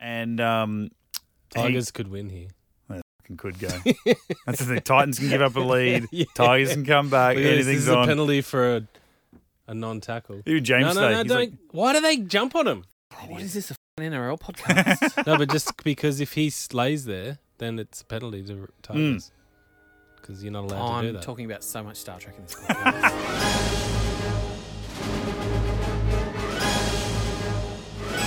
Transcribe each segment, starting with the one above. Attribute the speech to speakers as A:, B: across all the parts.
A: and um, he-
B: Tigers could win here.
A: fucking could go. That's the thing. Titans can give up a lead.
B: Yeah.
A: Tigers can come back.
B: Look at this. this
A: Anything's
B: is a
A: on.
B: penalty for a, a non-tackle.
A: Even
B: No, no,
A: James
B: no!
A: Day,
B: Don't.
A: he's like,
B: Why do they jump on him?
C: What is this, a fucking NRL podcast?
B: No, but just because if he slays there, then it's a penalty
A: Hmm.
B: to Tigers because you're not allowed to do
C: I'm
B: that.
C: talking about so much Star Trek in this podcast.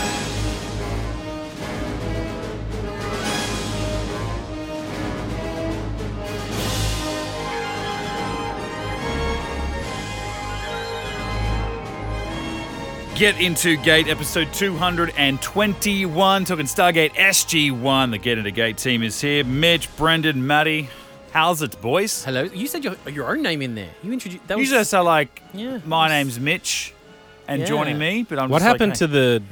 A: Get into Gate episode 221, talking Stargate SG1. The Get into Gate team is here. Mitch, Brendan, Matty. How's it, boys?
C: Hello. You said your, your own name in there. You introduced. That was
A: Usually I say, like,
C: Yeah.
A: my name's Mitch and
C: Yeah.
A: joining me, but I'm
B: What
A: just like,
B: happened
A: hey.
B: to the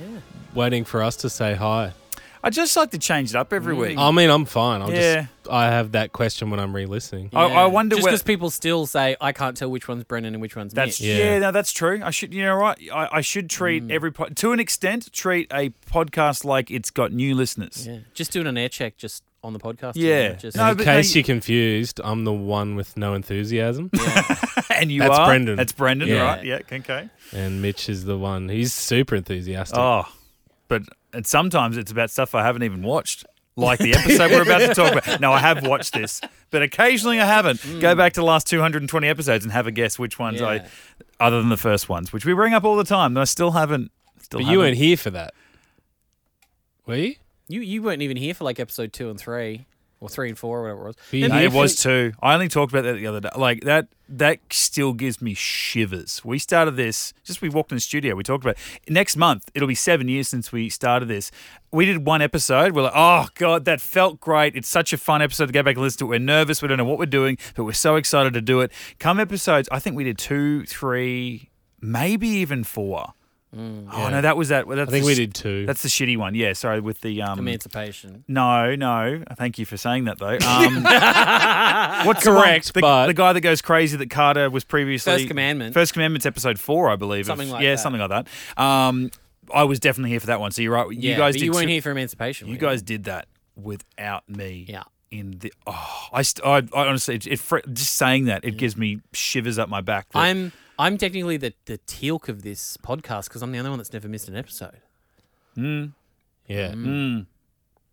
B: waiting for us to say hi?
A: I just like to change it up every week.
B: I mean, I'm fine. I'm
A: Hmm. Yeah.
B: just I have that question when I'm re-listening.
A: I- I wonder
C: just
A: whe-
C: because people still say I can't tell which one's Brennan and which one's
A: That's
C: Mitch.
A: yeah. no, that's true. I should, you know, what I, I should treat every po- to an extent treat a podcast like it's got new listeners.
C: Yeah. Just doing an air check just on the podcast.
A: Yeah.
C: Just,
A: No,
B: In
A: but
B: case
A: they-
B: you're confused, I'm the one with no enthusiasm,
A: and you
B: That's
A: are
B: Brendan.
A: That's Brendan,
B: Yeah.
A: right? Yeah, okay.
B: and Mitch is the one. He's super enthusiastic.
A: Oh, but and sometimes it's about stuff I haven't even watched, like the episode we're about to talk about. No, I have watched this, but occasionally I haven't. Go back to the last 220 episodes and have a guess which ones I,
C: Yeah.
A: other than the first ones, which we bring up all the time. that I still haven't. Still
B: but you
A: haven't.
B: weren't here for that, were you?
C: you you weren't even here for like episode two and three or three and four or whatever it was.
B: Were you
A: No,
B: here
A: it
B: for-
A: was too. I only talked about that the other day. Like that, that still gives me shivers. We started this just we walked in the studio. We talked about it. next month. It'll be seven years since we started this. We did one episode. We're like, oh god, that felt great. It's such a fun episode to go back and listen to. We're nervous. We don't know what we're doing, but we're so excited to do it. Come episodes, I think we did two, three, maybe even four. oh no, that was that. That's
B: Mm, I think we
A: the-
B: did two.
A: That's the shitty one. Yeah, sorry. With the um,
C: Emancipation.
A: no, no. Thank you for saying that, though. Um, what's the
B: Correct,
A: one- the,
B: but-
A: the guy that goes crazy that Carter was previously
C: First Commandment.
A: First Commandment's episode four, I believe. of-
C: Something like
A: yeah,
C: that.
A: something like that. Um, I was definitely here for that one. So you're right.
C: Yeah,
A: you guys
C: but
A: did.
C: you weren't
A: two-
C: here for Emancipation.
A: you
C: were
A: guys did that without me.
C: Yeah.
A: In the oh, I, st- I, I honestly it, it fr- just saying that it gives me shivers up my back. that-
C: I'm I'm technically the the teal'c of this podcast because I'm the only one that's never missed an episode.
B: yeah.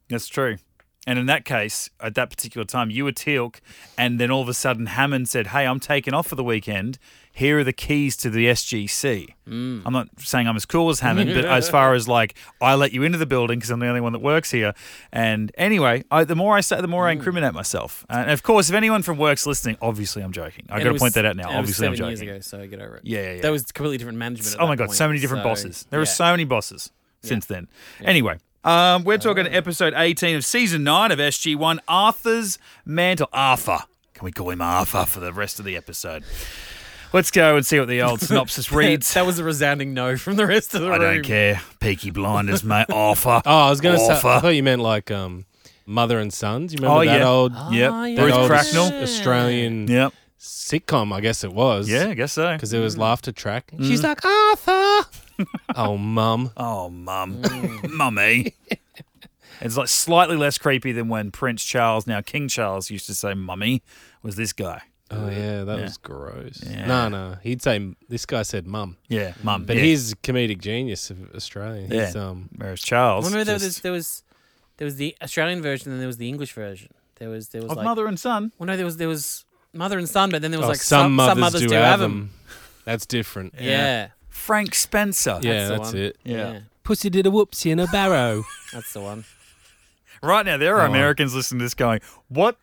A: That's true. And in that case, at that particular time, you were Teal'c, and then all of a sudden Hammond said, "Hey, I'm taking off for the weekend. Here are the keys to the SGC."
C: Mm.
A: I'm not saying I'm as cool as Hammond, but as far as like I let you into the building because I'm the only one that works here. And anyway, I, the more I say, the more I
C: Mm.
A: incriminate myself. And of course, if anyone from work's listening, obviously I'm joking. I got
C: And it
A: to
C: was-
A: point that out now.
C: and it was
A: Obviously, I'm
C: seven
A: joking.
C: years ago, so get over it.
A: Yeah, yeah, yeah.
C: That was completely different management. at
A: Oh my
C: that
A: god, so
C: point,
A: many different
C: so-
A: bosses. There are
C: yeah.
A: so many bosses since then. Anyway, um, we're talking episode 18 of season 9 of SG1 Arthur's Mantle. Arthur. Can we call him Arthur for the rest of the episode? Let's go and see what the old synopsis reads.
C: That was a resounding no from the rest of the
A: I
C: room.
A: don't care. Peaky Blinders, mate. Arthur.
B: Oh, I was going to say. I
A: Offer.
B: thought you meant like um, mother and sons. You remember
A: Oh,
B: that
A: yeah.
B: old,
A: Yep.
C: Ah,
B: that
C: yeah.
A: Ruth
B: old
A: Cracknell.
B: Aus- Australian
A: Yep.
B: sitcom? I guess it was.
A: Yeah, I guess so.
B: because there was laughter track.
C: Mm.
B: She's like Arthur. oh, mum.
A: Oh, mum. Mummy. It's like slightly less creepy than when Prince Charles, now King Charles, used to say mummy was this guy.
B: Oh yeah, that was gross. No, no, he'd say this guy said mum,
A: Yeah, mum.
B: but
A: yeah.
B: he's a comedic genius of Australia.
A: Yeah.
B: He's, um,
A: Whereas Charles.
C: Remember there was
A: just-
C: there was there was the Australian version and there was the English version. There was there was
A: of
C: like
A: mother and son.
C: well no there was there was mother and son, but then there was
B: oh,
C: like
B: some, mothers
C: some mothers
B: do, have them. That's different.
C: Yeah. Yeah.
A: Frank Spencer.
B: Yeah,
C: the
B: that's,
C: one.
B: it.
A: Yeah.
B: Pussy did a whoopsie in a barrow.
C: That's the one.
A: Right now, there are Americans listening to this going, what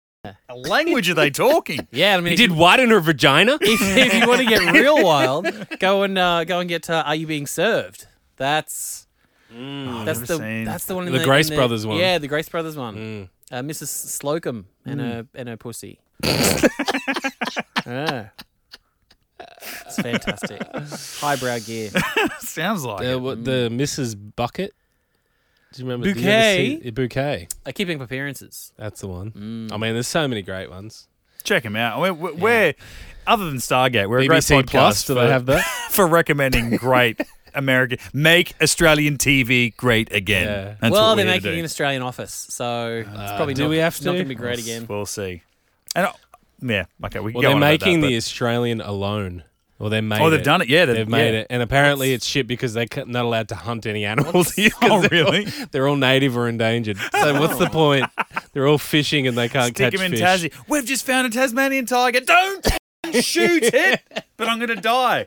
A: language are they talking?
C: Yeah, I mean
B: he
C: if
B: did
C: you-
B: white in her vagina.
C: if, if you want to get real wild, go and uh, go and get uh, Are You Being Served? That's that's
B: Oh,
A: I've
C: the
A: never seen
C: that's the one in
B: The
C: the
B: Grace
C: in
B: Brothers one. Mm.
C: Yeah, the Grace Brothers one. Uh, Mrs. Slocum and her and her pussy. yeah. It's fantastic. Highbrow gear.
A: Sounds like
B: The, uh,
A: it.
B: what, the Mrs. Bucket. Do you remember did you
C: Bouquet?
B: ever see- bouquet.
C: Uh, keeping up appearances.
B: That's the one.
A: Mm.
B: I mean, there's so many great ones.
A: Check him out. We're, we're- we're- other than Stargate, we're a great
B: BBC
A: podcast
B: Plus. Do
A: for,
B: they have that?
A: for recommending great American, make Australian TV great again.
B: Yeah.
A: That's
C: well,
A: what
C: they're
A: we're here
C: making
A: to
C: an
A: do. Uh,
C: Australian office, so it's probably
B: do
C: not,
B: we have
C: it's not
B: to?
C: going to be great again.
A: We'll see. And uh, yeah, okay, we can
B: Well,
A: go
B: they're
A: on about
B: making
A: that,
B: the Australian alone. Well, they made
A: but- Oh, they've
B: it.
A: done it. Yeah,
B: They've, made
A: yeah.
B: it, and apparently it's shit because they're c- not allowed to hunt any animals. here 'cause
A: Oh,
B: they're
A: really?
B: All, they're all native or endangered. So what's the point? They're all fishing and they can't
A: Stick
B: catch
A: him in
B: fish.
A: Tassie. We've just found a Tasmanian tiger. Don't shoot it, but I'm going to die.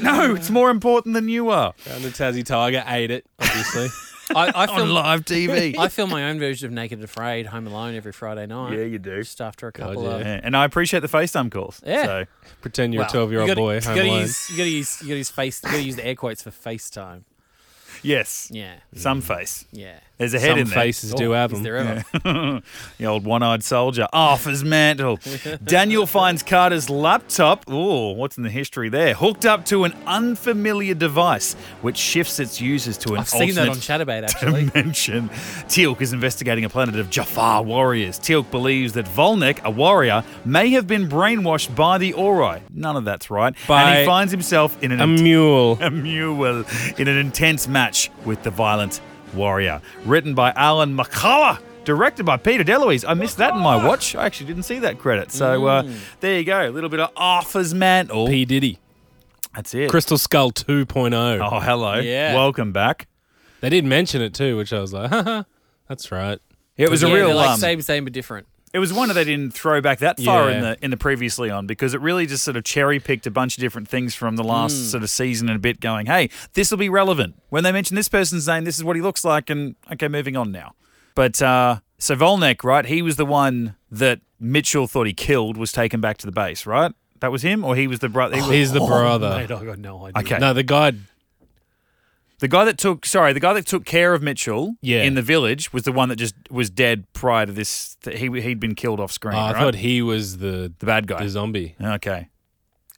A: No, it's more important than you are
B: Found a Tassie tiger, ate it. Obviously,
C: I, I
A: on
C: feel
A: live TV.
C: I feel my own version of Naked and Afraid, Home Alone every Friday night.
A: Yeah, you do.
C: Just after a couple
B: yeah.
C: of
A: Yeah, and I appreciate the FaceTime calls.
C: Yeah.
A: So,
B: pretend you're
C: Well,
B: a twelve-year-old
C: you gotta-
B: boy.
C: You
B: home
C: gotta
B: alone.
C: use, you gotta use, you gotta use face. You gotta use the air quotes for FaceTime.
A: yes,
C: Yeah,
A: some face.
C: yeah.
A: There's a head
B: Some
A: in there.
B: faces do
C: Oh,
B: have them.
C: is there ever?
A: the old one-eyed soldier off his mantle. Daniel finds Carter's laptop. Ooh, what's in the history there? Hooked up to an unfamiliar device, which shifts its users to an
C: I've seen that on
A: alternate
C: Chatterbait actually.
A: dimension. Teal'c is investigating a planet of Jafar warriors. Teal'c believes that Volnek, a warrior, may have been brainwashed by the Ori. None of that's right. and he
B: By
A: finds himself in an
B: A mule.
A: a mule in an intense match with the violent warrior. Written by Alan McCullough. Directed by Peter DeLuise. I missed that in my watch. I actually didn't see that credit. So uh, there you go. A little bit of Arthur's Mantle.
B: P Diddy.
A: That's it.
B: Crystal Skull 2.0.
A: Oh, hello.
C: Yeah.
A: Welcome back.
B: They did mention it too, which I was like, haha, that's right.
A: It was
C: Yeah,
A: a real
C: they're like
A: um,
C: same, same but different.
A: It was one that they didn't throw back that far in
B: Yeah.
A: the in the previously on because it really just sort of cherry picked a bunch of different things from the last
B: Hmm.
A: sort of season and a bit, going, "Hey, this will be relevant when they mention this person's name. This is what he looks like." And okay, moving on now. But uh, so Volnek, right? He was the one that Mitchell thought he killed was taken back to the base, right? That was him, or he was the brother. he was-
B: Oh, He's the brother.
C: Mate, I got no idea.
A: Okay,
B: No, the guy.
A: the guy that took sorry, the guy that took care of Mitchell
B: Yeah.
A: in the village was the one that just was dead prior to this. th- He he'd been killed off
B: Oh,
A: screen.
B: I
A: right?
B: thought he was the
A: the bad guy.
B: the zombie.
A: Okay.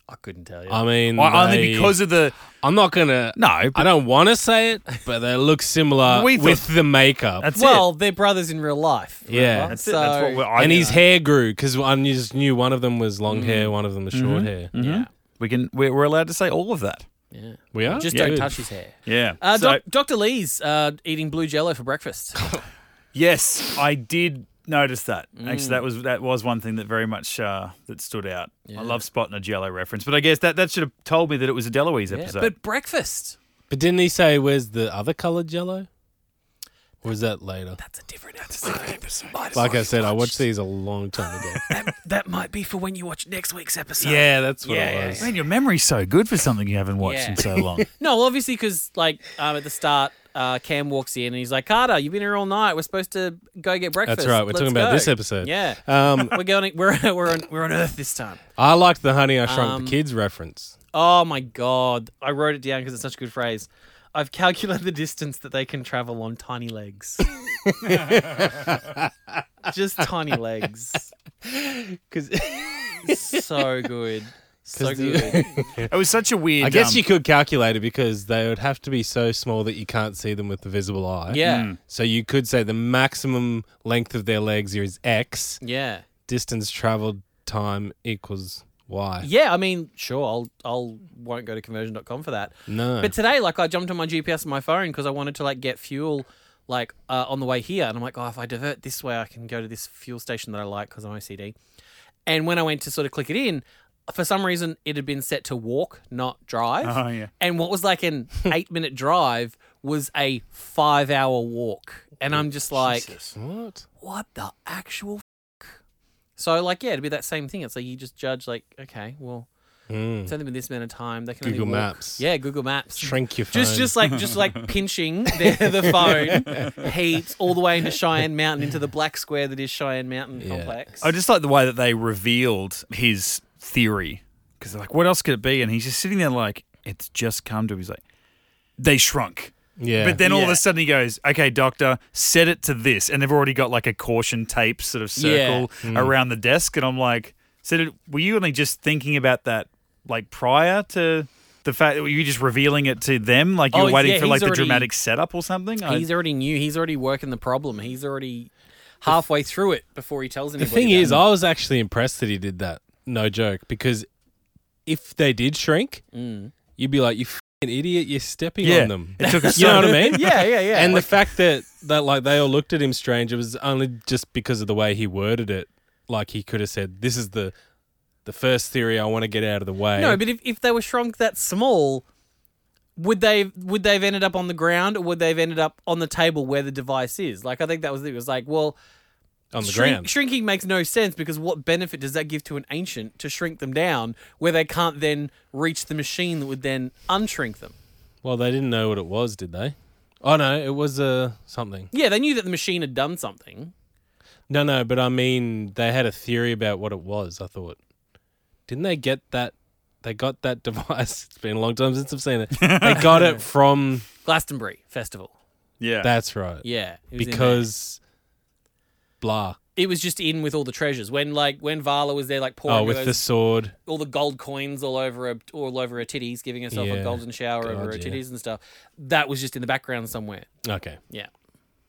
C: I couldn't tell you.
B: I mean,
A: Well, only
B: they-
A: because of the
B: I'm not gonna.
A: no.
B: I
A: But
B: don't want to say it, but they look similar
A: We thought-
B: with the makeup.
A: that's
C: well,
A: it.
C: they're brothers in real life.
B: Yeah.
C: remember?
A: That's
C: so,
A: it. That's what we're, I,
B: and his hair grew because I just knew one of them was long
A: Mm-hmm.
B: hair, one of them was short hair.
C: yeah,
A: we can. We're, we're allowed to say all of that.
C: yeah.
B: We are
C: Just
B: Yeah.
C: don't
B: Good.
C: touch his hair.
A: Yeah.
C: Uh,
A: so
C: doc- Dr. Lee's uh, eating blue jello for breakfast.
A: yes, I did notice that. Actually, that was that was one thing that very much uh, that stood out. I love spotting a Jello reference, but I guess that that should have told me that it was a Deloise
C: yeah,
A: episode.
C: but breakfast.
B: But didn't he say where's the other colored jello? Or was that later?
C: That's a different episode. Might as
B: Like
C: well
B: I said, I
C: watch-
B: watched these a long time ago.
C: That, that might be for when you watch next week's episode.
B: yeah, that's what
A: yeah,
B: it
A: yeah,
B: was.
A: man, your memory's so good for something you haven't watched
C: Yeah.
A: in so long.
C: No, well, obviously, because like um, at the start, uh, Cam walks in and he's like, "Carter, you've been here all night. We're supposed to go get breakfast."
B: That's right. We're
C: Let's
B: talking about
C: go."
B: this episode.
C: Yeah,
B: Um,
C: we're going. We're we're on we're on Earth this time.
B: I liked the Honey I Shrunk
C: Um,
B: the Kids reference.
C: Oh my god! I wrote it down because it's such a good phrase. I've calculated the distance that they can travel on tiny legs. Just tiny legs.
B: Because
C: So good. So
B: 'Cause the-
C: good.
A: it was such a weird.
B: I guess
A: um,
B: you could calculate it because they would have to be so small that you can't see them with the visible eye.
C: Yeah.
B: So you could say the maximum length of their legs is X.
C: Yeah.
B: Distance traveled time equals Y.
C: Yeah, I mean, sure, I'll I'll won't go to conversion.com for that.
B: No.
C: But today, like, I jumped on my GPS on my phone because I wanted to like get fuel, like uh, on the way here, and I'm like, oh, if I divert this way, I can go to this fuel station that I like because I'm OCD. And when I went to sort of click it in, for some reason, it had been set to walk, not drive.
B: Uh-huh.
A: Oh, yeah.
C: And what was like an eight minute drive was a five hour walk, and I'm
B: Oh,
C: just like,
B: what?
C: what the actual. F-? So like, yeah, it'd be that same thing. It's like you just judge, like, okay, well.
B: Mm.
C: Send them in this amount of time. They can
B: Google
C: only walk-
B: Maps.
C: Yeah, Google Maps.
B: Shrink your phone.
C: just, just like, just like pinching the, the phone heaps all the way into Cheyenne Mountain, into the black square that is Cheyenne Mountain complex.
A: I just like the way that they revealed his theory because they're like, "What else could it be?" And he's just sitting there like, "It's just come to." He's like, "They shrunk."
B: yeah.
A: But then all of
C: Yeah.
A: a sudden he goes, "Okay, doctor, set it to this," and they've already got like a caution tape sort of circle
B: Hmm.
A: around the desk, and I'm like, "So did, were you only just thinking about that like prior to the fact that were you just revealing it to them, like you
C: Oh,
A: were waiting
C: yeah,
A: for like
C: he's
A: the
C: already-
A: dramatic setup or something?" I-
C: He's already knew. He's already working the problem. He's already halfway through it before he tells
B: The
C: anybody.
B: thing
C: that.
B: is, I was actually impressed that he did that. No joke, because if they did shrink, you'd be like, "You an idiot. You're stepping
A: Yeah.
B: on them.
A: It took us
B: you know
A: so-
B: what I mean?
C: yeah, yeah, yeah.
B: and
C: Like,
B: the fact that that like they all looked at him strange, it was only just because of the way he worded it. Like he could have said, "This is the the first theory I want to get out of the way."
C: no, but if, if they were shrunk that small, would they would they have ended up on the ground or would they have ended up on the table where the device is? Like I think that was it was like, well,
B: on the
C: shrink-
B: ground.
C: shrinking makes no sense because what benefit does that give to an ancient to shrink them down where they can't then reach the machine that would then unshrink them?
B: Well, they didn't know what it was, did they? Oh no, it was uh, something.
C: Yeah, they knew that the machine had done something.
B: No, no, but I mean they had a theory about what it was. I thought, didn't they get that? They got that device. It's been a long time since I've seen it. They got it from.
C: Glastonbury Festival.
A: Yeah.
B: That's right.
C: Yeah, it was in there.
B: because blah.
C: it was just in with all the treasures. When like when Vala was there, like pouring
B: Oh,
C: her
B: with the
C: those-
B: sword.
C: all the gold coins all over her, all over her titties, giving herself
B: Yeah.
C: a golden shower over her
B: God, yeah.
C: titties and stuff. That was just in the background somewhere.
B: Okay.
C: Yeah,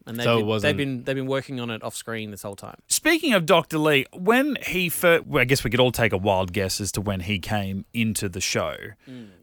C: and they've,
B: So it
C: been, they've
B: wasn't-
C: been they've been working on it off screen this whole time.
A: Speaking of Dr. Lee, when he first, well, I guess we could all take a wild guess as to when he came into the show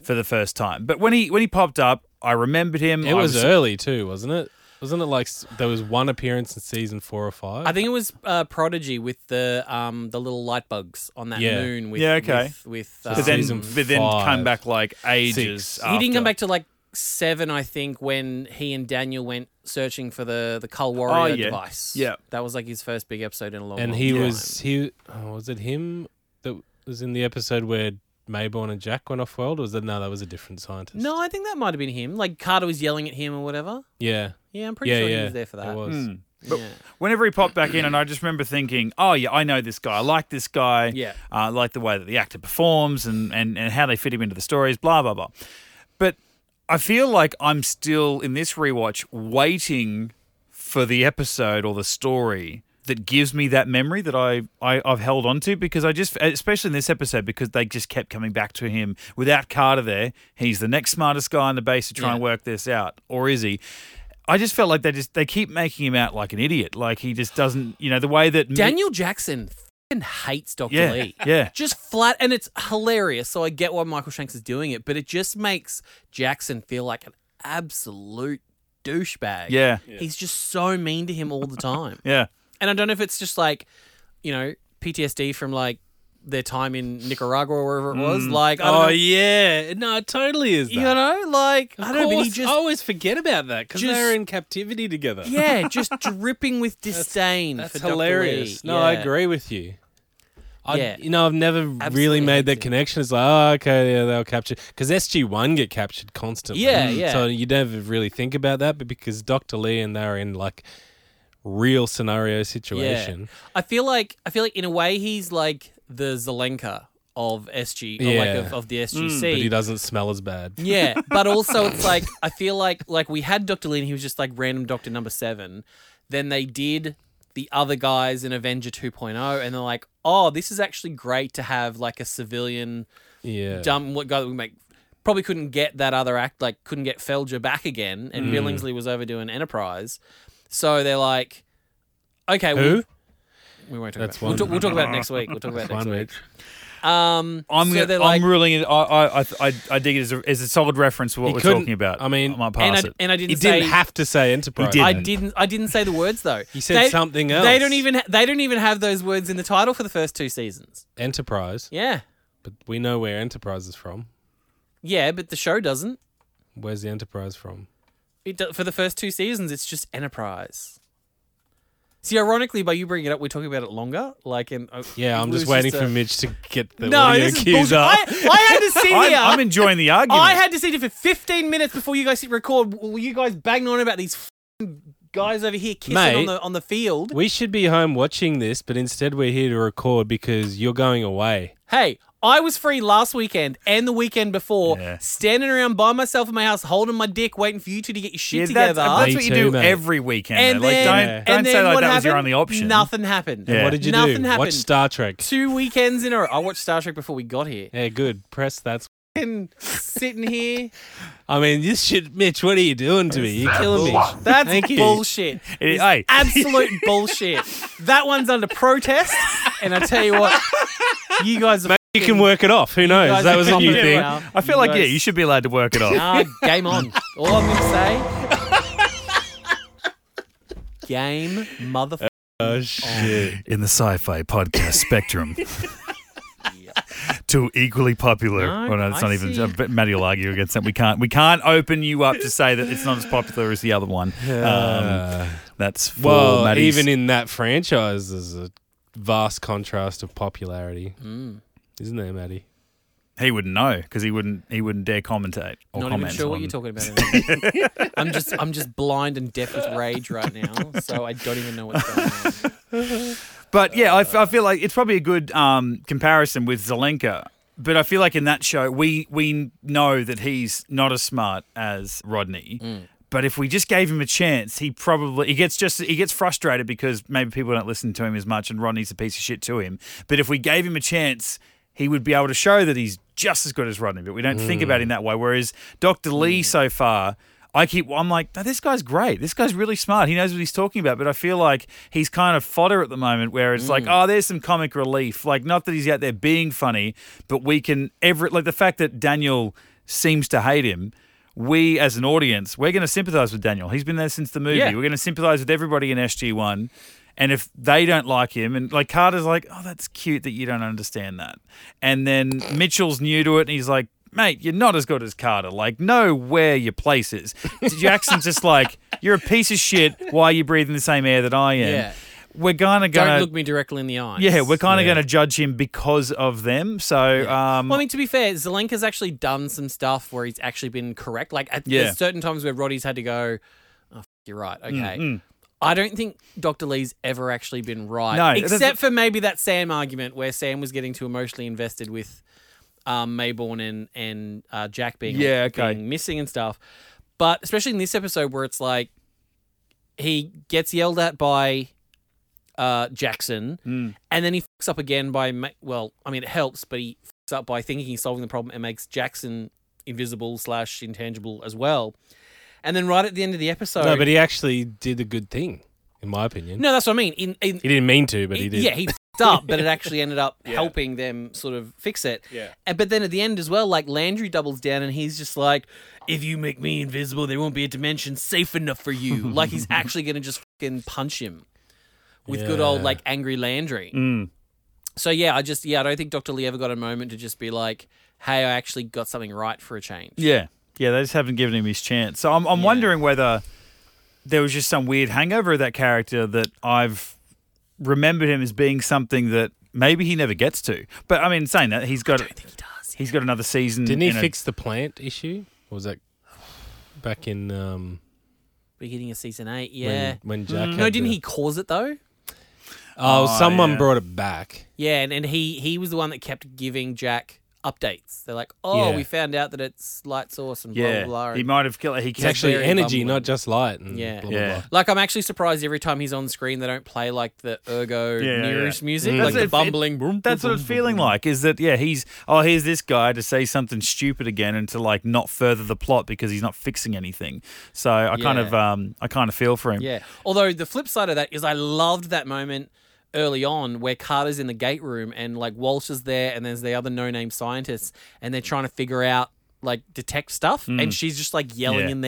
A: for the first time. But when he when he popped up, I remembered him.
B: It
A: I
B: was early too, wasn't it? Wasn't it like s- there was one appearance in season four or five?
C: I think it was uh, Prodigy with the um the little light bugs on that
B: Yeah.
C: moon. With,
A: Yeah, okay.
C: With, with
A: but then,
B: season
C: um,
A: but then
B: five,
A: come back like ages.
B: six.
C: he didn't come
A: after.
C: back to like seven, I think, when he and Daniel went searching for the the Cull
A: Oh,
C: Warrior
A: yeah.
C: device.
A: Yeah.
C: that was like his first big episode in a long.
B: and
C: long
B: he
C: time.
B: was he oh, was it him that was in the episode where Mayborn and Jack went off world? Or was that no? That was a different scientist.
C: No, I think that might have been him. Like Carter was yelling at him or whatever.
B: Yeah.
C: Yeah, I'm pretty
B: yeah.
C: sure
B: yeah.
C: he was there for that. Hmm.
B: It was.
A: Mm.
C: Yeah.
A: Whenever he popped back in, and I just remember thinking, "Oh yeah, I know this guy. I like this guy.
C: Yeah.
A: uh, I like the way that the actor performs, and, and and how they fit him into the stories. Blah blah blah." But I feel like I'm still in this rewatch waiting for the episode or the story that gives me that memory that I, I I've held on to because I just especially in this episode because they just kept coming back to him without Carter there he's the next smartest guy on the base to try and
C: Yeah.
A: work this out or is he I just felt like they just they keep making him out like an idiot like he just doesn't you know the way that
C: Daniel Jackson fing hates Dr.
A: yeah
C: Lee.
A: yeah
C: Just flat, and it's hilarious. So I get why Michael Shanks is doing it, but it just makes Jackson feel like an absolute douchebag.
A: yeah
C: He's just so mean to him all the time.
A: yeah
C: and I don't know if it's just like, you know, PTSD from like their time in Nicaragua or wherever it
A: Mm.
C: was. Like, I don't
B: Oh
C: know.
B: yeah. No, it totally is. That.
C: You know, like,
B: Of
C: I don't know, but he
B: course.
C: just
B: I
A: Oh.
B: always forget about that because
C: Just-
B: they're in captivity together.
C: Yeah, just dripping with disdain.
B: That's
C: for Dr.
B: hilarious.
C: Lee.
B: No, I
C: Yeah.
B: agree with you. I,
C: Yeah.
B: You know, I've never really
C: Absolutely
B: made that
C: hates it.
B: connection. It's like, oh, okay, yeah, they'll capture. Because SG1 get captured constantly. Mm.
C: Yeah, yeah.
B: So you never really think about that, but because Dr. Lee and they're in like real scenario situation.
C: I feel like I feel like in a way he's like the Zelenka of SG, or
B: Yeah.
C: like of, of the SGC.
B: But he doesn't smell as bad.
C: Yeah, but also it's like I feel like like we had Doctor Lee, and he was just like random Doctor Number Seven. Then they did the other guys in Avenger 2.0, and they're like, oh, this is actually great to have like a civilian
B: Yeah.
C: dumb what guy that we make probably couldn't get that other act like couldn't get Felger back again,
B: Hmm.
C: and Billingsley was overdoing Enterprise, so they're like, okay,
B: Who?
C: We, we won't talk
B: That's
C: about. it. We'll,
B: one.
C: talk- we'll talk about it next week. We'll talk about it next
B: One
C: week.
B: week.
C: Um,
A: I'm
C: so
A: gonna-
C: they're like,
A: I'm ruling it I I I I, I dig it as a, as a solid reference for what
B: He
A: we're
B: couldn't-
A: talking about
B: I mean,
A: I might
C: and
A: pass
C: I,
A: it
C: and I didn't
B: He didn't
C: say-
B: have to say enterprise.
A: He didn't.
C: I didn't. I didn't say the words though.
B: He said
C: They-
B: something else.
C: They don't even. Ha- they don't even have those words in the title for the first two seasons.
B: Enterprise.
C: Yeah,
B: But we know where Enterprise is from.
C: yeah, but the show doesn't.
B: Where's the Enterprise from?
C: It do- for the first two seasons, it's just Enterprise. See, ironically, by you bringing it up, we're talking about it longer. Like, in, uh,
B: Yeah, I'm
C: it
B: just
C: was
B: waiting
C: a-
B: for Mitch to get the
C: No,
B: audio
C: this is
B: cues
C: bullshit.
B: up.
C: I, I had to sit
A: I'm,
C: here.
A: I'm enjoying the argument
C: I had to sit here for 15 minutes before you guys hit record. Well, you guys banging on about these f***ing guys over here kissing
B: Mate.
C: on the on the field.
B: We should be home watching this, but instead we're here to record because you're going away.
C: Hey, I was free last weekend and the weekend before,
A: Yeah.
C: standing around by myself in my house, holding my dick, waiting for you two to get your shit
A: yeah, that's,
C: together.
A: that's what you
B: Me
A: do
B: too, mate.
A: every weekend
C: and
A: though. like
C: then,
A: don't,
B: Yeah.
A: don't
C: and
A: say
C: then
A: like
C: what
A: that was your
C: happened?
A: only option
C: Nothing happened.
A: Yeah.
B: What did you
C: Nothing
B: do?
C: happened.
B: Watch Star Trek.
C: Two weekends in a row. I watched Star Trek before we got here.
B: Yeah, good. Press that's.
C: And sitting here,
B: I mean, this shit, Mitch. What are you doing to me? You're killing me.
C: that's
B: Thank you.
C: bullshit.
A: It-
C: It's
A: hey.
C: absolute bullshit. That one's under protest, and I tell you what, you guys are
B: You can work it off. Who knows?
C: guys
B: That
C: are
B: was a new
C: confident
B: thing.
C: now.
A: I feel like yeah,
C: guys-
A: you should be allowed to work it off.
C: Nah, Ah, game on. All I'm gonna say, game motherfucker.
B: Oh shit!
A: in the sci-fi podcast spectrum. Two equally popular.
C: No,
A: oh no, it's
C: I
A: not even.
C: see.
A: I bet Maddie will argue against that. We can't. We can't open you up to say that it's not as popular as the other one. Um,
B: Uh,
A: that's for
B: well,
A: Maddie's-
B: even in that franchise, there's a vast contrast of popularity,
C: Mm.
B: isn't there, Maddie?
A: he wouldn't know because he wouldn't. He wouldn't dare commentate or
C: Not even
A: comment.
C: sure what
A: on-
C: you're talking about. anymore. I'm just I'm just blind and deaf with rage right now, so I don't even know what's going on.
A: But yeah, I, f- I feel like it's probably a good um, comparison with Zelenka. But I feel like in that show, we we know that he's not as smart as Rodney. But if we just gave him a chance, he probably he gets just he gets frustrated because maybe people don't listen to him as much, and Rodney's a piece of shit to him. But if we gave him a chance, he would be able to show that he's just as good as Rodney. But we don't think about him that way. Whereas Dr. Lee, so far, I keep I'm like, no, this guy's great. This guy's really smart. He knows what he's talking about. But I feel like he's kind of fodder at the moment, where it's like, oh, there's some comic relief. Like, not that he's out there being funny, but we can every like the fact that Daniel seems to hate him. We as an audience, we're going to sympathize with Daniel. He's been there since the movie.
C: Yeah.
A: We're going to sympathize with everybody in SG One. And if they don't like him, and like Carter's like, oh, that's cute that you don't understand that. And then Mitchell's new to it, and he's like, mate, you're not as good as Carter. Like, know where your place is. Jackson's just like, you're a piece of shit. Why are you breathing the same air that I am?
C: Yeah.
A: We're gonna
C: Don't
A: gonna
C: look me directly in the eyes.
A: yeah, we're kind of
B: Yeah.
A: gonna judge him because of them. So um,
C: Well, I mean, to be fair, Zelenka's actually done some stuff where he's actually been correct. Like, at,
A: Yeah. Mm,
C: there's certain times where Roddy's had to go, oh, f- you're right, okay. I don't think Dr. Lee's ever actually been right.
A: No, that's-
C: except for maybe that Sam argument where Sam was getting too emotionally invested with um, Mayborn and, and uh, Jack being,
A: Yeah, okay.
C: being missing and stuff. But especially in this episode where it's like he gets yelled at by uh, Jackson,
B: Hmm.
C: and then he fucks up again by ma- well, I mean it helps, but he fucks up by thinking he's solving the problem and makes Jackson invisible slash intangible as well. And then right at the end of the episode,
B: No, but he actually did a good thing, in my opinion.
C: No, that's what I mean. In, in
B: He didn't mean to, but he did.
C: yeah, he fucked up, but it actually ended up helping them sort of fix it.
B: Yeah.
C: And, but then at the end as well, like Landry doubles down and he's just like, if you make me invisible, there won't be a dimension safe enough for you. like he's actually going to just fucking punch him with good old
B: Yeah.
C: like angry Landry.
A: mm.
C: So yeah, I just, yeah, I don't think Dr. Lee ever got a moment to just be like, hey, I actually got something right for a change.
A: yeah, yeah, they just haven't given him his chance. So I'm I'm
C: Yeah.
A: wondering whether there was just some weird hangover of that character that I've remembered him as being something that maybe he never gets to. But I mean, saying that he's got
C: He does.
A: he's got another season.
B: Didn't he
A: in a-
B: fix the plant issue? Or was that back in um,
C: Beginning of season eight, yeah. Mm.
B: when, when Jack?
C: no,
B: had
C: didn't
B: the-
C: he cause it though?
B: Oh,
A: Oh,
B: someone
A: yeah.
B: brought it back.
C: Yeah, and, and he he was the one that kept giving Jack updates. They're like, oh,
B: Yeah.
C: we found out that it's light source and
A: yeah,
C: blah blah blah.
A: he might have killed. He
B: It's
A: kept
B: actually
C: very
B: energy,
C: bumbling.
B: not just light. And
C: Yeah.
B: blah, blah,
A: Yeah.
B: blah.
C: like I'm actually surprised every time he's on screen they don't play like the ergo
A: Yeah, yeah,
C: nearest
A: yeah.
C: music,
A: That's
C: like the
A: it.
C: bumbling. vroom,
A: That's what
C: vroom,
A: it's feeling like is that, yeah, he's, oh, here's this guy to say something stupid again and to like not further the plot because he's not fixing anything. So I kind
C: Yeah.
A: of, um, I kind of feel for him.
C: Yeah. Although the flip side of that is I loved that moment early on where Carter's in the gate room and like Walsh is there and there's the other no name scientists and they're trying to figure out like detect stuff and she's just like
A: Mm.
C: yelling
A: Yeah.
C: in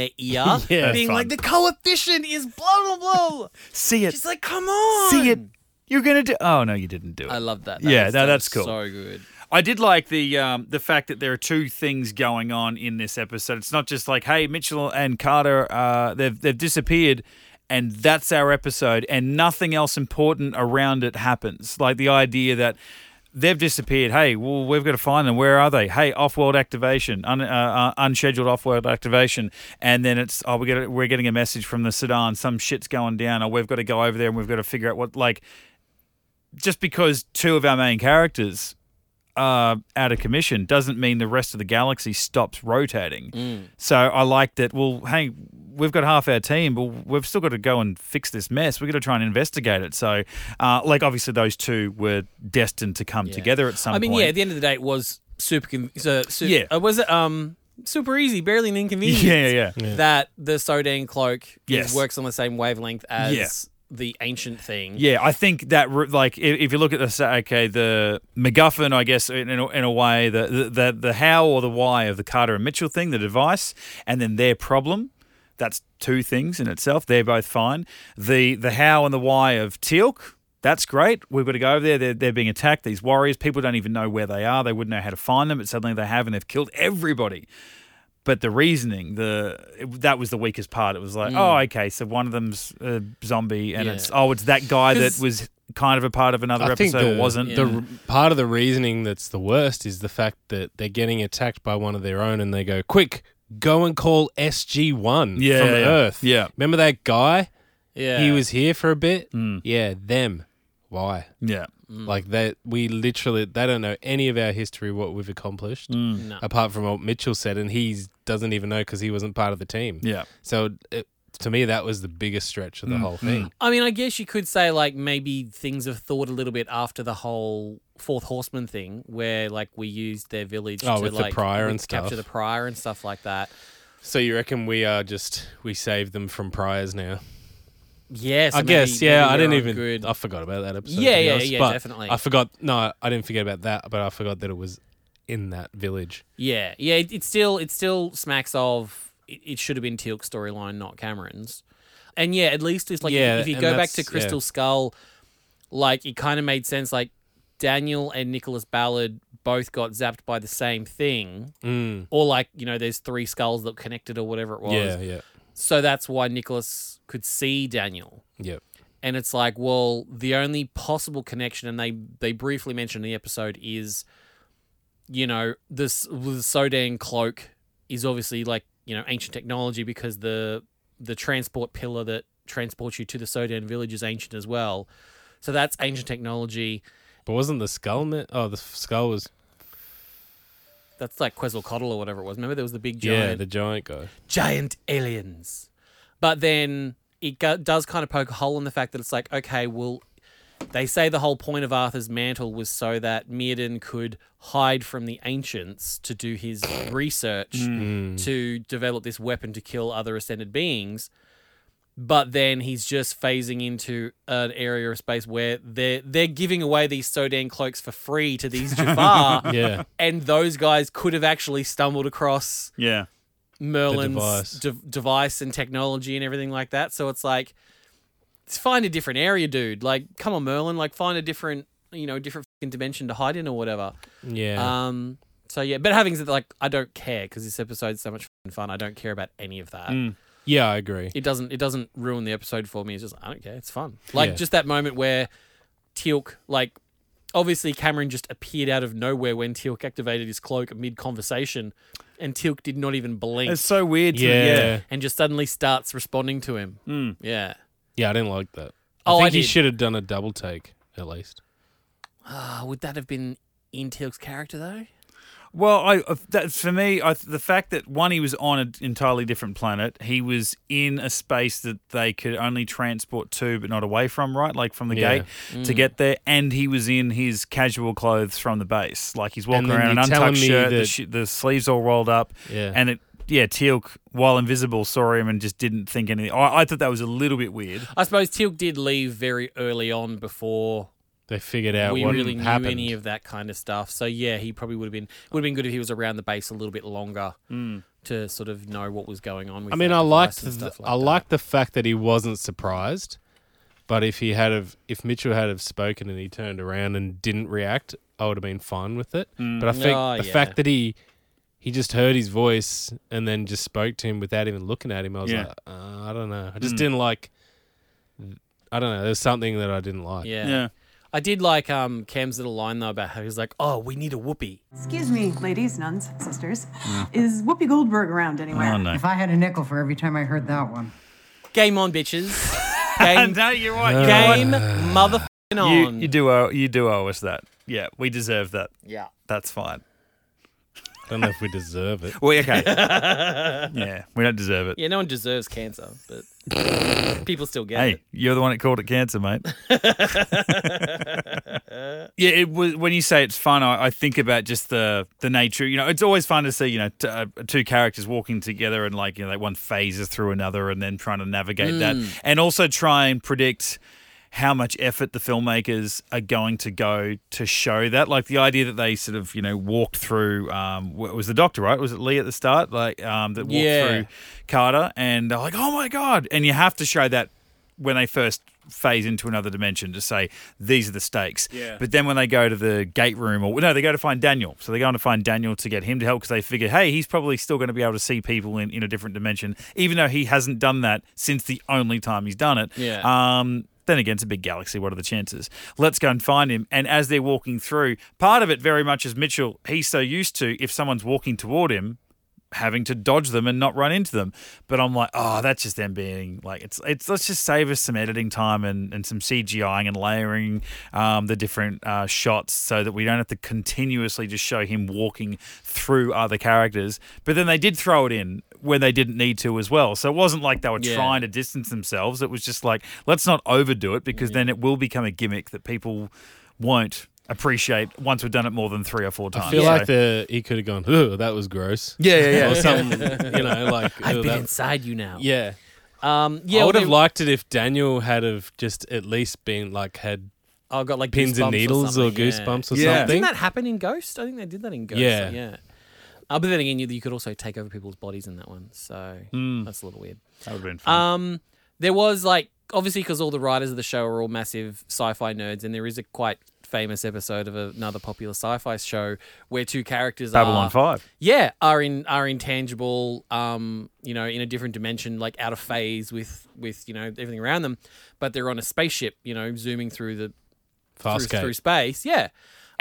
C: their ear
B: Yeah.
C: being
A: That's
C: like the coefficient is blah blah blah
A: See it.
C: she's like come on
A: see it. You're going to do, oh, no, you didn't do it.
C: I love that.
A: Yeah,
C: was-
A: no,
C: that
A: that's cool.
C: was So good.
A: I did like the um, the fact that there are two things going on in this episode. It's not just like, hey, Mitchell and Carter, uh, they've they've disappeared, and that's our episode, and nothing else important around it happens. Like the idea that they've disappeared. Hey, well, we've got to find them. Where are they? Hey, off-world activation, un, uh, uh, unscheduled off-world activation, and then it's oh, we got we're getting a message from the Sudan. Some shit's going down, or we've got to go over there and we've got to figure out what like. Just because two of our main characters uh, out of commission doesn't mean the rest of the galaxy stops rotating.
C: Mm.
A: So I like that. Well, hey, we've got half our team, but we've still got to go and fix this mess. We've got to try and investigate it. So, uh, like, obviously, those two were destined to come together at some
C: I mean,
A: point.
C: yeah. At the end of the day, it was super. Con- so, su-
A: Yeah.
C: uh, was it um super easy, barely an inconvenience?
A: yeah, yeah, yeah.
B: Yeah.
C: That the Sodan cloak is-
A: Yes.
C: works on the same wavelength as
A: Yeah.
C: the ancient thing.
A: Yeah, I think that re- like if, if you look at the sa- okay the MacGuffin, I guess in, in, a, in a way the, the the the how or the why of the Carter and Mitchell thing, the device, and then their problem. That's two things in itself. They're both fine. The the how and the why of Teal'c. That's great. We've got to go over there. They're, they're being attacked. These warriors. People don't even know where they are. They wouldn't know how to find them. But suddenly they have, and they've killed everybody. But the reasoning, the it- that was the weakest part. It was like, oh, okay, so one of them's a zombie, and
C: Yeah.
A: it's oh, it's that guy that
C: 'Cause-
A: was kind of a part of another
B: I think
A: episode or
B: the-
A: wasn't. Mm.
B: The r- part of the reasoning that's the worst is the fact that they're getting attacked by one of their own, and they go, "Quick, go and call SG One
A: Yeah,
B: from
A: yeah, yeah.
B: Earth."
A: Yeah.
B: remember that guy?
C: yeah.
B: He was here for a bit.
A: Mm.
B: Yeah, them. Why?
A: yeah.
B: Like that? We literally they don't know any of our history, what we've accomplished,
C: Mm. No.
B: apart from what Mitchell said, and he doesn't even know because he wasn't part of the team.
A: Yeah.
B: So it, to me, that was the biggest stretch of
C: Mm.
B: the whole thing.
C: I mean, I guess you could say like maybe things have thawed a little bit after the whole Fourth Horseman thing, where like we used their village
B: Oh,
C: to
B: with the
C: like
B: prior and
C: with- capture
B: stuff.
C: the prior and stuff like that.
B: So you reckon we are just we saved them from priors now?
C: Yes,
B: I guess, yeah. I didn't even.
C: Good.
B: I forgot about that episode. to
C: Yeah,
B: be
C: yeah,
B: honest,
C: yeah,
B: but
C: definitely.
B: I forgot. No, I didn't forget about that, but I forgot that it was in that village.
C: Yeah, yeah. It, it still it still smacks of it, it should have been Teal'c's storyline, not Cameron's. And yeah, at least it's like if-
B: Yeah,
C: if you
B: and
C: go back
B: that's-
C: to
B: yeah.
C: Crystal Skull, like it kind of made sense. Like Daniel and Nicholas Ballard both got zapped by the same thing,
B: Mm.
C: or like you know, there's three skulls that connected or whatever it was.
B: Yeah, yeah,
C: So that's why Nicholas could see Daniel.
B: yeah.
C: And it's like, well, the only possible connection, and they they briefly mentioned in the episode is, you know, this the Sodan cloak is obviously like you know ancient technology because the the transport pillar that transports you to the Sodan village is ancient as well. So that's ancient technology.
B: But wasn't the skull? Mi- oh, the f- skull was.
C: That's like Quetzalcoatl or whatever it was. Remember there was the big giant.
B: Yeah, the giant guy.
C: giant aliens. But then it go- does kind of poke a hole in the fact that it's like, okay, well, they say the whole point of Arthur's mantle was so that Mirrodin could hide from the ancients to do his research to develop this weapon to kill other ascended beings. But then he's just phasing into an area of space where they're they're giving away these Sodan cloaks for free to these Jafar,
B: Yeah,
C: and those guys could have actually stumbled across
A: Yeah.
C: Merlin's
B: device.
C: de- device and technology and everything like that. So it's like, it's find a different area, dude. Like, come on, Merlin. Like, find a different, you know, different fucking dimension to hide in or whatever.
B: yeah.
C: Um. So yeah, but having said that, like, I don't care because this episode's so much fucking fun. I don't care about any of that.
A: Mm.
B: yeah, I agree.
C: It doesn't. It doesn't ruin the episode for me. It's just I don't care. It's fun. Like
B: Yeah.
C: just that moment where Teal'c, like, obviously Cameron just appeared out of nowhere when Teal'c activated his cloak mid conversation, and Teal'c did not even blink
A: It's so weird. To,
B: Yeah. yeah,
C: and just suddenly starts responding to him.
B: Hmm.
A: Mm.
C: Yeah.
B: I didn't like that.
C: Oh,
B: I
C: I
B: think he
C: did.
B: should have done a double take at least.
C: Ah, would that have been in Teal'c's character though?
A: Well, I uh, that, for me, I, the fact that one he was on an entirely different planet, he was in a space that they could only transport to, but not away from, right? Like from the
B: Yeah.
A: gate to get there, and he was in his casual clothes from the base, like he's walking
B: And then
A: around an
B: you're telling
A: untucked
B: me
A: shirt, the,
B: that-
A: sh- the sleeves all rolled up,
B: Yeah.
A: and it. Yeah, Teal'c, while invisible, saw him and just didn't think anything. I, I thought that was a little bit weird.
C: I suppose Teal'c did leave very early on before
B: They figured out
C: we
B: what
C: really knew
B: happened.
C: any of that kind of stuff. So yeah, he probably would have been would have been good if he was around the base a little bit longer to sort of know what was going on. With
B: Hmm. I mean,
C: that
B: I liked
C: device and
B: th-
C: stuff
B: I
C: that.
B: liked the fact that he wasn't surprised, but if he had have if Mitchell had have spoken and he turned around and didn't react, I would have been fine with it. But I think
C: Oh,
B: the
C: yeah.
B: fact that he he just heard his voice and then just spoke to him without even looking at him, I was
A: Yeah.
B: like, uh, I don't know. I
C: Mm.
B: just didn't like. I don't know. There's something that I didn't like.
C: Yeah.
A: Yeah.
C: I did like um Cam's little line though about how he's like, "Oh, we need a whoopee."
D: Excuse me, ladies, nuns, sisters. Is Whoopi Goldberg around anywhere?
A: Oh, no.
E: If I had a nickel for every time I heard that one.
C: Game on, bitches. Game,
A: no, you're right. You're right.
C: game, motherfucking
A: You,
C: on.
A: you do owe you do owe us that. Yeah, we deserve that.
C: Yeah.
A: That's fine.
B: I don't know if we deserve it.
A: Well, okay. yeah, we don't deserve it.
C: Yeah, no one deserves cancer, but People still get it.
A: Hey, you're the one that called it cancer, mate. yeah, it was, when you say it's fun, I, I think about just the the nature. You know, it's always fun to see you know t- uh, two characters walking together and like you know like one phases through another and then trying to navigate that, and also try and predict how much effort the filmmakers are going to go to show that. Like the idea that they sort of you know walked through. Um, w- it was the doctor, right? Was it Lee at the start? Like um, that walked
B: Yeah.
A: through Carter, and they're like, "Oh my god!" And you have to show that when they first phase into another dimension to say these are the stakes.
B: Yeah.
A: But then when they go to the gate room, or no, they go to find Daniel. So they go on to find Daniel to get him to help because they figure, hey, he's probably still going to be able to see people in, in a different dimension, even though he hasn't done that since the only time he's done it.
B: Yeah.
A: Um, then again, it's a big galaxy. What are the chances? Let's go and find him. And as they're walking through, part of it very much is Mitchell. He's so used to if someone's walking toward him, having to dodge them and not run into them. But I'm like, oh, that's just them being like, it's it's let's just save us some editing time and, and some CGIing and layering um, the different uh, shots so that we don't have to continuously just show him walking through other characters. But then they did throw it in when they didn't need to as well. So it wasn't like they were
B: Yeah.
A: trying to distance themselves. It was just like, let's not overdo it because then it will become a gimmick that people won't appreciate once we've done it more than three or four times.
B: I feel
A: So-
B: like the he could have gone. Ugh, that was gross.
A: yeah, yeah, yeah.
B: or something. you know, like
C: I've
B: "Ugh,
C: been
B: that-
C: inside you now.
B: yeah.
C: Um, yeah.
B: I would
C: well,
B: have
C: they-
B: liked it if Daniel had have just at least been like had
C: I got like
B: pins
C: goosebumps
B: and needles or,
C: something, yeah.
B: goosebumps or
A: Yeah.
B: something.
C: Didn't that happen in Ghost? I think they did that in Ghost.
B: Yeah.
C: Yeah. yeah. Uh, but then again, you, you could also take over people's bodies in that one. So
B: Hmm.
C: that's a little weird.
A: That would have been fun.
C: Um, there was like, obviously, because all the writers of the show are all massive sci fi nerds, and there is a quite famous episode of another popular sci fi show where two characters
A: Babylon
C: are.
A: 5.
C: yeah are in are intangible um you know in a different dimension like out of phase with with you know everything around them but they're on a spaceship you know zooming through the through,
B: Farscape.
C: through space yeah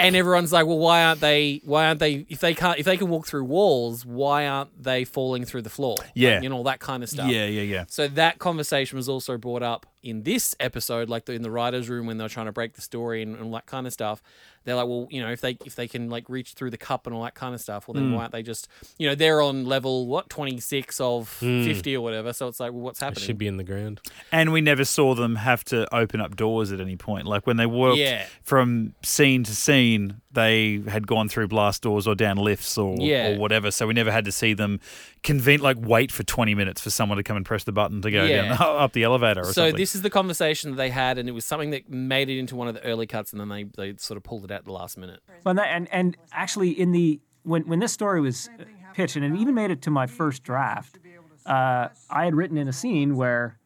C: and everyone's like well why aren't they why aren't they if they can't if they can walk through walls why aren't they falling through the floor Like,
A: Yeah.
C: you know all that kind of stuff
A: Yeah, yeah, yeah.
C: so that conversation was also brought up in this episode, like the, in the writers' room when they're trying to break the story and, and all that kind of stuff. They're like, well, you know, if they if they can like reach through the cup and all that kind of stuff, well, then
B: Hmm.
C: why aren't they just, you know, they're on level what twenty six of fifty or whatever. So it's like, well, what's
B: It
C: happening?
B: Hmm. should be in the ground.
A: And we never saw them have to open up doors at any point. Like when they walked
C: Yeah.
A: from scene to scene, they had gone through blast doors or down lifts or,
C: Yeah.
A: or whatever. So we never had to see them conven- like wait for 20 minutes for someone to come and press the button to go down,
C: Yeah.
A: up the elevator or
C: so
A: something.
C: this is the conversation that they had, and it was something that made it into one of the early cuts, and then they they sort of pulled it out at the last minute.
F: Well, that, and and actually, in the when when this story was uh, pitched, and it even made it to my first draft, uh, I had written in a scene where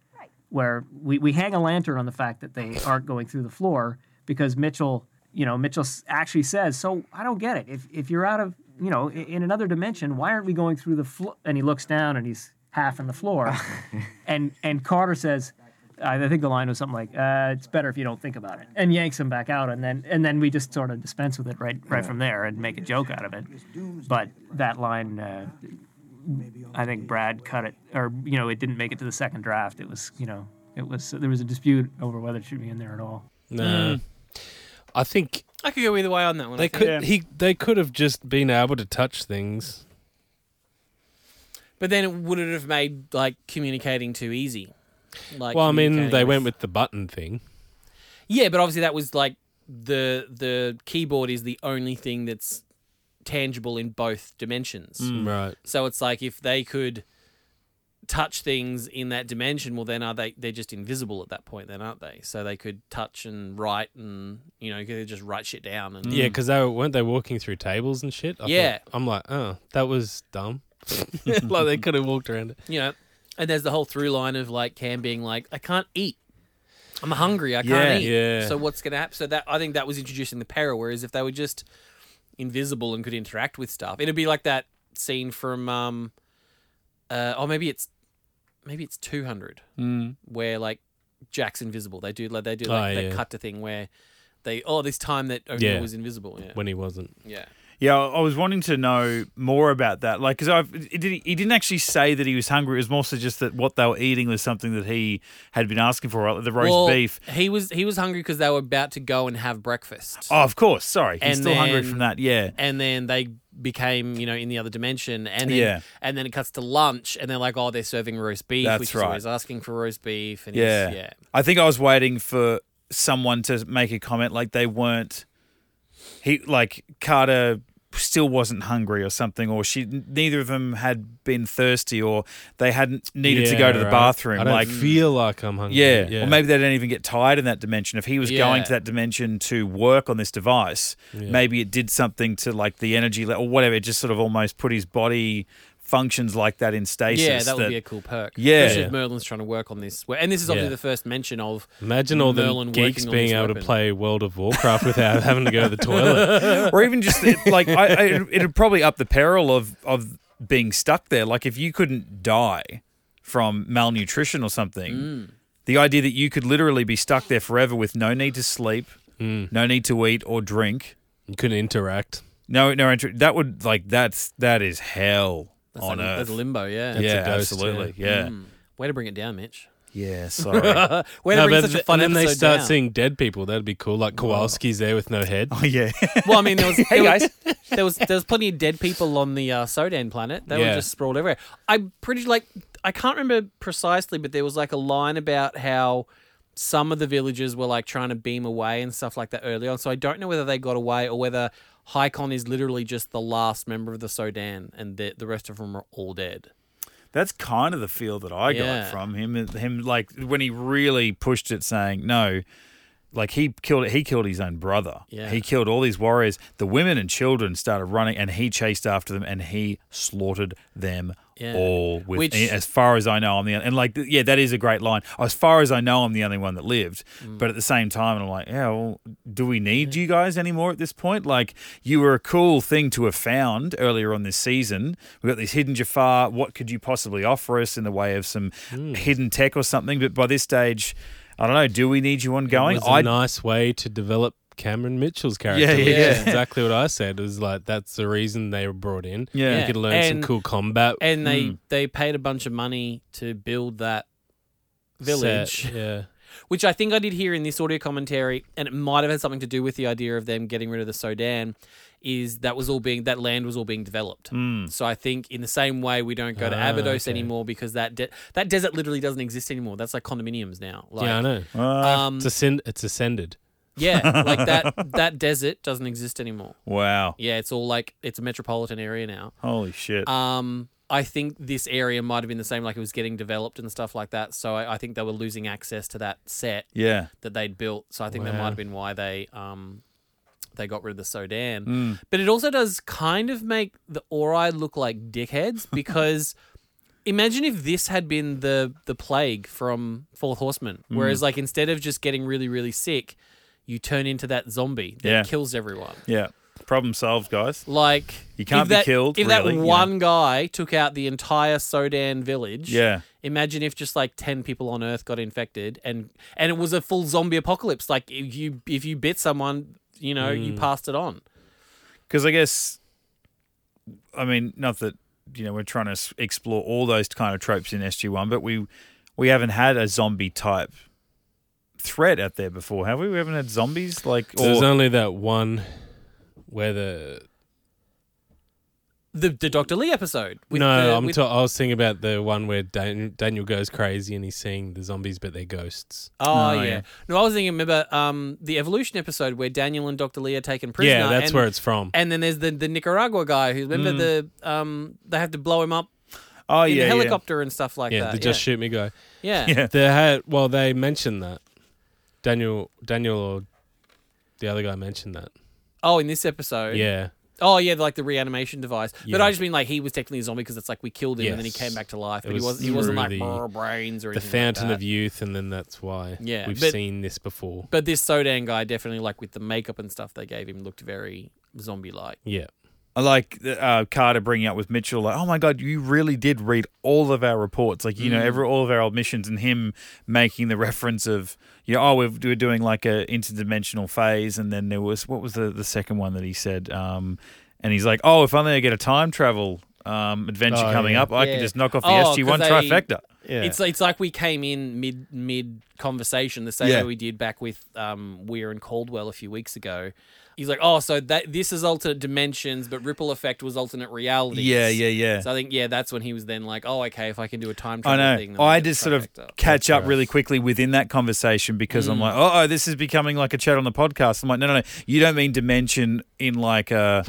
F: where we, we hang a lantern on the fact that they aren't going through the floor because Mitchell, you know, Mitchell s- actually says, "So I don't get it. If if you're out of you know i- in another dimension, why aren't we going through the floor?" And he looks down and he's half in the floor, and and Carter says. I I think the line was something like, uh, "It's better if you don't think about it," and yanks him back out, and then and then we just sort of dispense with it right right from there and make a joke out of it. But that line, uh, I think Brad cut it, or you know, it didn't make it to the second draft. It was you know, it was there was a dispute over whether it should be in there at all.
C: Hmm.
B: No. I think
C: I could go either way on that one.
B: they
C: I think.
B: could he they could have just been able to touch things.
C: but then it would it have made like communicating too easy? Like,
B: well, I mean,
C: communicating
B: they
C: with-
B: went with the button thing.
C: Yeah, but obviously that was like the the keyboard is the only thing that's tangible in both dimensions.
B: Right.
C: So it's like if they could touch things in that dimension, well then are they they're just invisible at that point then, aren't they? So they could touch and write and you know, you could just write shit down and
B: Yeah, because they were, weren't they walking through tables and shit. I thought-
C: Hmm. Yeah.
B: I'm like, oh, that was dumb. like they could have walked around it.
C: you know. And there's the whole through line of like Cam being like, I can't eat. I'm hungry. I can't
A: Yeah,
C: eat.
B: yeah.
C: So what's gonna happen? So that I think that was introducing the peril. Whereas if they were just invisible and could interact with stuff, it'd be like that scene from, um, uh, oh maybe it's maybe it's 200 where like Jack's invisible. They do like they do like
B: Hmm. Oh,
C: that
B: yeah.
C: cut to thing where they oh this time that O'Neill
B: Yeah.
C: was invisible. Yeah,
B: When he wasn't.
C: yeah.
A: Yeah, I I was wanting to know more about that. Like, because I've it did, he didn't actually say that he was hungry. It was more so just that what they were eating was something that he had been asking for, like the roast
C: Well,
A: beef.
C: He was he was hungry because they were about to go and have breakfast.
A: Oh, of course. Sorry, he's
C: And
A: still hungry
C: then-
A: from that. Yeah,
C: and then they became you know in the other dimension and then
A: Yeah.
C: and then it cuts to lunch and they're like oh they're serving roast beef
A: That's
C: which
A: right.
C: is always asking for roast beef and
A: yeah,
C: yeah yeah
A: I think I was waiting for someone to make a comment like they weren't. He like Carter still wasn't hungry or something, or she neither of them had been thirsty, or they hadn't needed to go to the
B: right.
A: bathroom.
B: I don't
A: like
B: feel like I'm hungry.
A: Yeah.
B: yeah.
A: Or maybe they don't even get tired in that dimension. If he was going
C: Yeah.
A: to that dimension to work on this device, maybe it did something to like the energy level or whatever. It just sort of almost put his body functions like that in stasis.
C: yeah that would be a cool perk
A: Yeah.
C: especially if Merlin's trying to work on this and this is obviously
B: Yeah.
C: the first mention of
B: Imagine all the
C: Merlin
B: geeks
C: working on
B: being
C: this
B: able to
C: weapon.
B: play World of Warcraft without having to go to the toilet.
A: or even just it, like I, I, it'd probably up the peril of of being stuck there. Like if you couldn't die from malnutrition or something, the idea that you could literally be stuck there forever with no need to sleep, no need to eat or drink.
B: You couldn't interact.
A: No, no, entry- that would like that's that is hell
C: that's
A: on
C: like,
A: earth.
C: that's limbo yeah
A: yeah,
B: a ghost,
A: absolutely. Yeah,
C: way to bring it down Mitch
A: yeah. Sorry.
C: way to bring such a
B: th-
C: fun
B: and then they
C: episode
B: start
C: down.
B: seeing dead people. That'd be cool. Like Kowalski's there with no head.
A: oh yeah.
C: well I mean there was
A: hey
C: there was-
A: guys.
C: there was there was plenty of dead people on the uh, Sodan planet. They
B: Yeah.
C: were just sprawled everywhere. I'm pretty like I can't remember precisely, but there was like a line about how some of the villagers were like trying to beam away and stuff like that early on. So I don't know whether they got away or whether Hycon is literally just the last member of the Sodan and the, the rest of them are all dead.
A: That's kind of the feel that I
C: Yeah.
A: got from him. Him like when he really pushed it, saying no. Like he killed he killed his own brother.
C: Yeah.
A: He killed all these warriors. The women and children started running, and he chased after them, and he slaughtered them
C: Yeah.
A: all. With
C: Which-
A: as far as I know, I'm the and like yeah, that is a great line. As far as I know, I'm the only one that lived.
B: Mm.
A: But at the same time, I'm like, yeah, well, do we need you guys anymore at this point? Like you were a cool thing to have found earlier on this season. We got this hidden Jafar. What could you possibly offer us in the way of some
B: Hmm.
A: hidden tech or something? But by this stage. I don't know. Do we need you ongoing?
B: It was a
A: I
B: nice way to develop Cameron Mitchell's character.
A: Yeah, yeah,
B: which is
C: yeah.
B: exactly what I said. It was like that's the reason they were brought in.
A: Yeah.
B: you could learn
C: And-
B: some cool combat
C: And they
B: Hmm.
C: they paid a bunch of money to build that village.
B: set. Yeah,
C: which I think I did hear in this audio commentary, and it might have had something to do with the idea of them getting rid of the Sodan, is that was all being that land was all being developed. So I think in the same way we don't go to
B: Mm. Ah,
C: Abydos
B: okay.
C: anymore because that de- that desert literally doesn't exist anymore. That's like condominiums now. Like,
B: yeah, I know.
C: Um,
B: It's ascend- it's ascended.
C: yeah, like that that desert doesn't exist anymore.
A: wow.
C: Yeah, it's all like it's a metropolitan area now.
A: Holy shit.
B: Uh,
C: Um, I think this area might have been the same, like it was getting developed and stuff like that. So I, I think they were losing access to that set
A: yeah.
C: that they'd built. So I think that
B: Wow.
C: might have been why they um they got rid of the Sodan. But it also does kind of make the Ori look like dickheads because imagine if this had been the the plague from Fourth Horseman, whereas like instead of just getting really really sick, you turn into that zombie that
A: Yeah.
C: kills everyone.
A: Yeah. Problem solved, guys.
C: Like
A: You can't
C: if
A: be
C: that,
A: killed,
C: If
A: really,
C: that
A: you
C: one guy took out the entire Sodan village,
A: Yeah.
C: Imagine if just like ten people on Earth got infected, and and it was a full zombie apocalypse. Like if you if you bit someone, you know, you
A: Mm.
C: passed it on.
A: Because I guess, I mean, not that you know we're trying to s- explore all those kind of tropes in SG One, but we we haven't had a zombie type threat out there before, have we? We haven't had zombies like
B: There's
A: or,
B: only that one where the
C: The the Doctor Lee episode. with
B: no,
C: the-
B: I'm
C: with-
B: ta- I was thinking about the one where Dan- Daniel goes crazy and he's seeing the zombies, but they're ghosts.
C: Oh,
A: Oh,
C: yeah.
A: yeah.
C: No, I was thinking. Remember um, the evolution episode where Daniel and Doctor Lee are taken prisoner.
B: yeah, that's
C: and,
B: where it's from.
C: And then there's the the Nicaragua guy who remember the um they have to blow him up
A: Mm. oh
C: in
A: yeah,
C: the
A: yeah.
C: helicopter and stuff like
B: yeah,
C: that.
B: the just shoot me guy.
C: yeah.
A: Yeah.
C: yeah.
B: They had well, they mentioned that Daniel, Daniel, or the other guy mentioned that.
C: Oh, in this episode.
B: Yeah,
C: Oh yeah, like the reanimation device.
B: Yeah.
C: But I just mean like he was technically a zombie because it's like we killed him and then he
B: Yes.
C: came back to life,
B: It
C: but
B: was
C: he wasn't. He wasn't
B: through
C: like
B: the-
C: "Brr, brains or
B: the
C: anything.
B: fountain
C: like
B: of
C: that.
B: youth, and then that's why.
C: Yeah,
B: we've
C: but-
B: seen this before.
C: But this Sodan guy definitely like with the makeup and stuff they gave him looked very zombie like.
B: Yeah,
A: I like uh, Carter bringing up with Mitchell, like, oh my god, you really did read all of our reports, like you know, every all of our old missions, and him making the reference of, you know, oh, we're, we're doing like a interdimensional phase, and then there was what was the the second one that he said, um, and he's like, "Oh, if only I get a time travel um, adventure
B: Oh,
A: coming
B: yeah.
A: up, I
C: Yeah.
A: can just knock off the
C: Oh, 'cause
A: SG One
C: they-
A: trifecta."
B: Yeah.
C: It's it's like we came in mid mid conversation the same
A: Yeah.
C: way we did back with um, Weir and Caldwell a few weeks ago. He's like, oh, so that this is alternate dimensions, but ripple effect was alternate reality.
A: Yeah, yeah, yeah.
C: So I think yeah, that's when he was then like, oh, okay, if I can do a time
A: I
C: travel thing,
A: know.
C: then
A: I
C: can
A: just sort of
C: trifecta.
A: catch up really quickly within that conversation because
C: Mm.
A: I'm like, oh, oh, this is becoming like a chat on the podcast. I'm like, no, no, no. You don't mean dimension in like a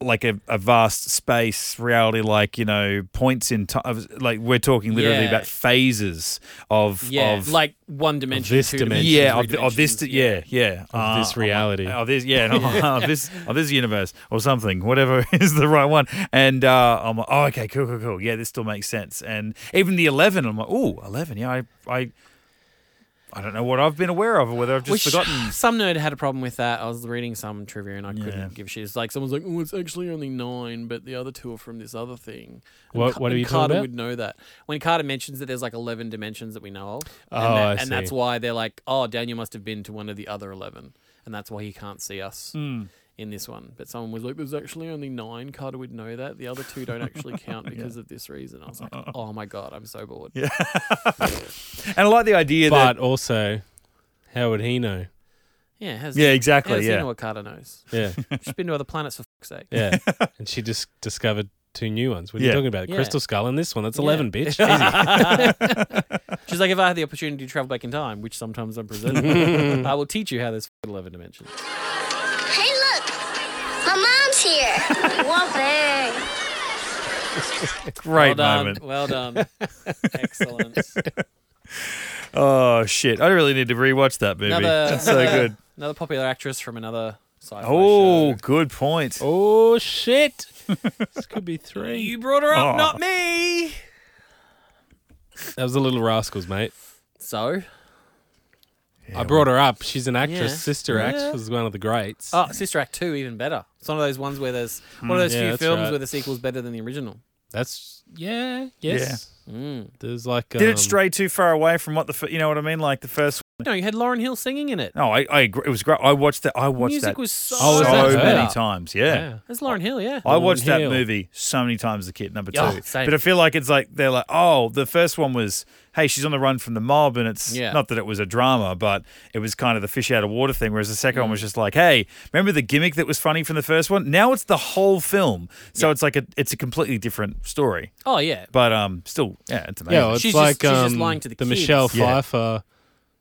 A: like a, a vast space reality, like you know, points in time. Like we're talking literally
C: Yeah.
A: about phases of
C: yeah,
A: of
C: like one dimension,
B: this
C: two
B: dimension.
C: dimension,
A: yeah,
C: three
A: of, th- of this,
C: dimensions.
A: yeah, yeah,
B: Of this
A: Uh,
B: reality.
A: of this, yeah, no, of this, of this universe or something, whatever is the right one. And uh, I'm like, oh, okay, cool, cool, cool. Yeah, this still makes sense. And even the eleven, I'm like, oh, eleven. Yeah, I, I, I don't know what I've been aware of, or whether I've just
C: Which-
A: forgotten.
C: Some nerd had a problem with that. I was reading some trivia and I couldn't
A: Yeah.
C: give a shit. It's like someone's like, "Oh, it's actually only nine, but the other two are from this other thing." And
B: What-
C: Ca-
B: what are
C: and
B: you talking
C: Carter
B: about?
C: would know that when Carter mentions that there's like eleven dimensions that we know of, and,
B: Oh,
C: that-
B: I
C: and that's
B: see.
C: why they're like, "Oh, Daniel must have been to one of the other eleven, and that's why he can't see us."
B: Hmm.
C: In this one, but someone was like, "There's actually only nine. Carter would know that. The other two don't actually count because of this reason." I was like, "Oh my god, I'm so bored."
A: And I like the idea
B: but
A: that.
B: also, how would he know?
C: Yeah, how's
A: Yeah,
C: he-
A: exactly,
C: How does
A: yeah.
C: he know what Carter knows?
B: Yeah,
C: She's been to other planets for fuck's sake.
B: yeah. and she just discovered two new ones. What are
A: Yeah.
B: you talking about?
C: Yeah.
B: Crystal Skull and this one. That's
C: Yeah.
B: eleven, bitch.
C: She's like, if I had the opportunity to travel back in time, which sometimes I'm presented, I will teach you how there's f***ing 11 dimensions.
G: Hey, look! My mom's here! One thing.
A: Great
C: well done.
A: moment.
C: Well done. Excellent.
A: Oh shit! I really need to rewatch that movie.
C: Another,
A: That's so
C: another-
A: good.
C: Another popular actress from another sci-fi
A: Oh,
C: show.
A: good point.
B: oh shit! this could be three.
C: You brought her up,
A: Oh.
C: not me.
B: That was the Little Rascals, mate.
C: So,
B: I brought her up. She's an actress.
C: Yeah.
B: Sister Act was one of the greats.
C: oh, Sister Act 2, even better. It's one of those ones where there's one of those
B: Hmm, Yeah,
C: few
B: that's
C: films
B: right.
C: where the sequel's better than the original.
B: That's yeah. Yes. There's like
A: Did
B: um,
A: it stray too far away from what the f- you know what I mean? Like the first
C: No, you had Lauren Hill singing in it.
A: No, I, I agree. It was great. I watched that. I watched
C: Music
A: that
C: was so
B: Oh, is that
A: so
B: her?
A: many times. Yeah.
B: Yeah.
C: That's Lauren Hill, yeah.
A: I watched that
B: Hill.
A: movie so many times as a kid, number two.
C: Yeah, same.
A: but I feel like it's like they're like, oh, the first one was, hey, she's on the run from the mob, and it's
C: Yeah.
A: not that it was a drama, but it was kind of the fish out of water thing. Whereas the second
C: Mm.
A: one was just like, hey, remember the gimmick that was funny from the first one? Now it's the whole film, so it's like a, it's a completely different story.
C: Oh, yeah.
A: But um, still, yeah, it's amazing.
B: Yeah, well, it's
C: She's just-
B: like
C: she's
B: um,
C: just lying to the kids.
B: Michelle
A: Yeah.
B: Pfeiffer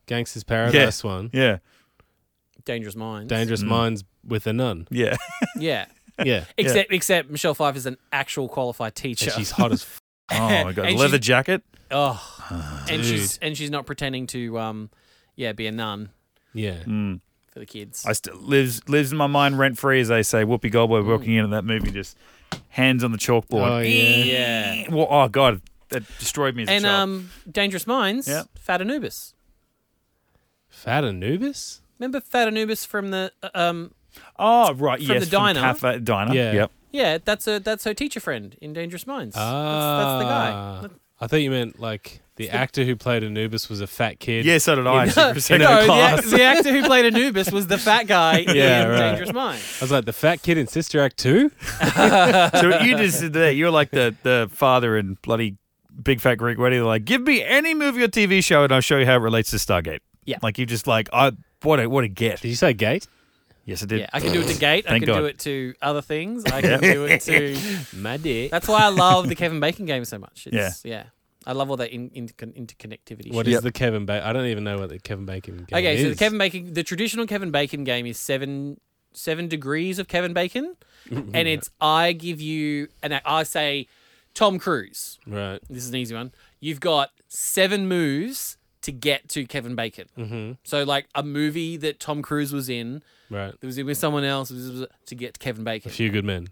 B: Gangsters Paradise one,
A: yeah,
C: Dangerous Minds.
B: Dangerous Minds with a nun.
A: yeah.
C: Mm. yeah.
B: Yeah,
C: Except, except Michelle Pfeiffer is an actual qualified teacher.
B: and she's hot as. F-
A: oh my god,
C: And
A: leather
C: she's-
A: jacket.
C: Oh, and she's and she's not pretending to um, yeah, be a nun
B: yeah,
C: Mm. for the kids.
A: I still lives lives in my mind rent free as they say. Whoopi Goldberg walking into that movie, just hands on the
B: Mm. oh
A: chalkboard.
B: yeah.
C: yeah.
A: Well, oh god, that destroyed me as
C: And
A: a child.
C: um, Dangerous Minds,
A: Yep.
C: Fat Anubis.
B: Fat Anubis.
C: Remember Fat Anubis from the uh, um,
A: oh right,
C: from
A: yes,
C: the diner.
A: cafe, diner.
B: Yeah.
A: Yep.
C: yeah, that's a that's her teacher friend in Dangerous Minds. That's-
B: Ah,
C: that's, the guy.
B: I thought you meant like the actor who played Anubis was a fat kid.
A: Yeah, so did I. actually, for a second.
C: No, the, ac- the actor who played Anubis was the fat guy
B: Yeah,
C: in
B: right.
C: Dangerous Minds.
B: I was like the fat kid in Sister Act two.
A: so you just did that. You're like the the father in bloody big fat Greek wedding. They're like, give me any movie or TV show, and I'll show you how it relates to Stargate.
C: Yeah.
A: Like you just like I what a what a get.
B: Did you say gate?
A: Yes, I did.
C: Yeah, I can do it to Gate. I
A: Thank
C: can
A: God.
C: do it to other things. I can do it to
B: My dick.
C: That's why I love the Kevin Bacon game so much. It's,
A: Yeah.
C: yeah. I love all that in, in, interconnectivity.
B: What
C: shit.
B: is the Kevin Bacon? I don't even know what the Kevin Bacon. Game
C: okay,
B: is.
C: so the Kevin Bacon, the traditional Kevin Bacon game is seven seven degrees of Kevin Bacon, and it's I give you and I say Tom Cruise.
B: Right.
C: This is an easy one. You've got seven moves to get to Kevin Bacon. Mm-hmm. So like a movie that Tom Cruise was in,
B: Right.
C: that was in with someone else was- was- to get to Kevin Bacon.
B: A few good men.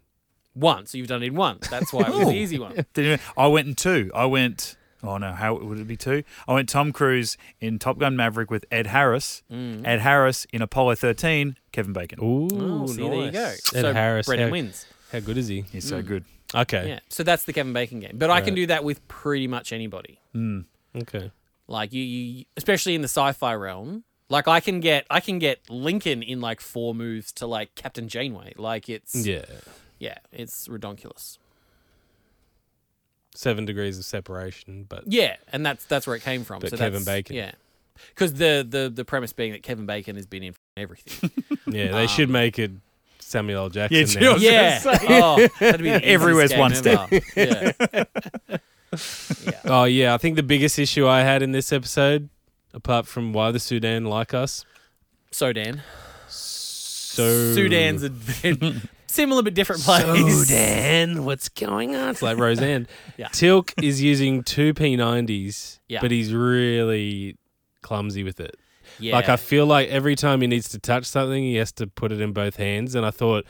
C: One, so you've done it in one. That's why it was the easy one.
A: Did you, I went in two. I went. Oh no! How would it be two? I went Tom Cruise in Top Gun Maverick with Ed Harris. Ed Harris in Apollo 13. Kevin Bacon.
B: Ooh,
C: Oh, see, there you go.
B: nice. Ed
C: so
B: Harris.
C: Brendan
B: how,
C: wins.
B: How good is he?
A: He's
C: Mm.
A: so good.
B: Okay.
C: Yeah. So that's the Kevin Bacon game. But I can do that with pretty much anybody.
B: Okay.
C: Like you, you especially in the sci-fi realm. Like I can get I can get Lincoln in like four moves to like Captain Janeway. Like it's
B: Yeah.
C: yeah, it's redonkulous.
B: Seven degrees of separation, but
C: Yeah, and that's that's where it came from.
B: But
C: so
B: Kevin
C: that's-
B: Bacon.
C: Yeah, because the, the the premise being that Kevin Bacon has been in everything.
B: yeah, they should make it Samuel L. Jackson.
A: Yeah,
B: now.
A: just-
C: yeah. Oh, that'd be the
A: Everywhere's
C: easiest
A: one
C: game ever. Yeah.
B: Oh yeah, I think the biggest issue I had in this episode, apart from why the Sudan like us,
C: Sudan.
B: so
C: Sudan's a similar but different place.
B: Sudan, what's going on? It's like Roseanne.
C: Yeah.
B: Tilk is using two P90s,
C: Yeah.
B: but he's really clumsy with it.
C: Yeah.
B: Like I feel like every time he needs to touch something, he has to put it in both hands. And I thought,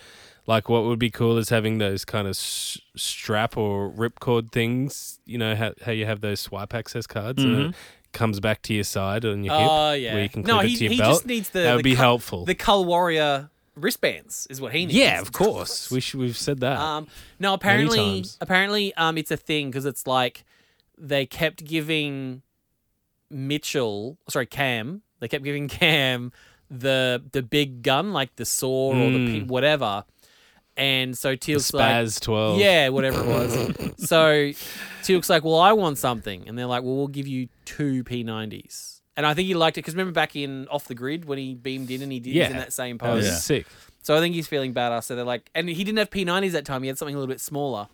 B: like, what would be cool is having those kind of s- strap or ripcord things. You know how, how you have those swipe access cards, and it comes back to your side on your hip,
C: Mm-hmm. Oh, yeah.
B: where you can clip
C: No,
B: it
C: he-
B: to your
C: he
B: belt.
C: just needs the-
B: that would
C: the
B: be
C: cu-
B: helpful.
C: the Cull Warrior wristbands is what he needs.
B: yeah, of course. We should, we've said that.
C: Um, no, apparently,
B: times.
C: apparently, um, it's a thing because it's like they kept giving Mitchell, sorry, Cam, they kept giving Cam the the big gun, like the saw or the pi- whatever, and so
B: Hmm. the
C: Teal's like,
B: Spaz twelve.
C: yeah, whatever it was. so Teal's like, well, I want something, and they're like, well, we'll give you two P90s. And I think he liked it because remember back in Off the Grid when he beamed in and he did he was in
B: Yeah.
C: that same
B: that
C: pose.
B: was
A: Yeah.
B: sick.
C: So I think he's feeling badass. So they're like, and he didn't have P90s that time. He had something a little bit smaller.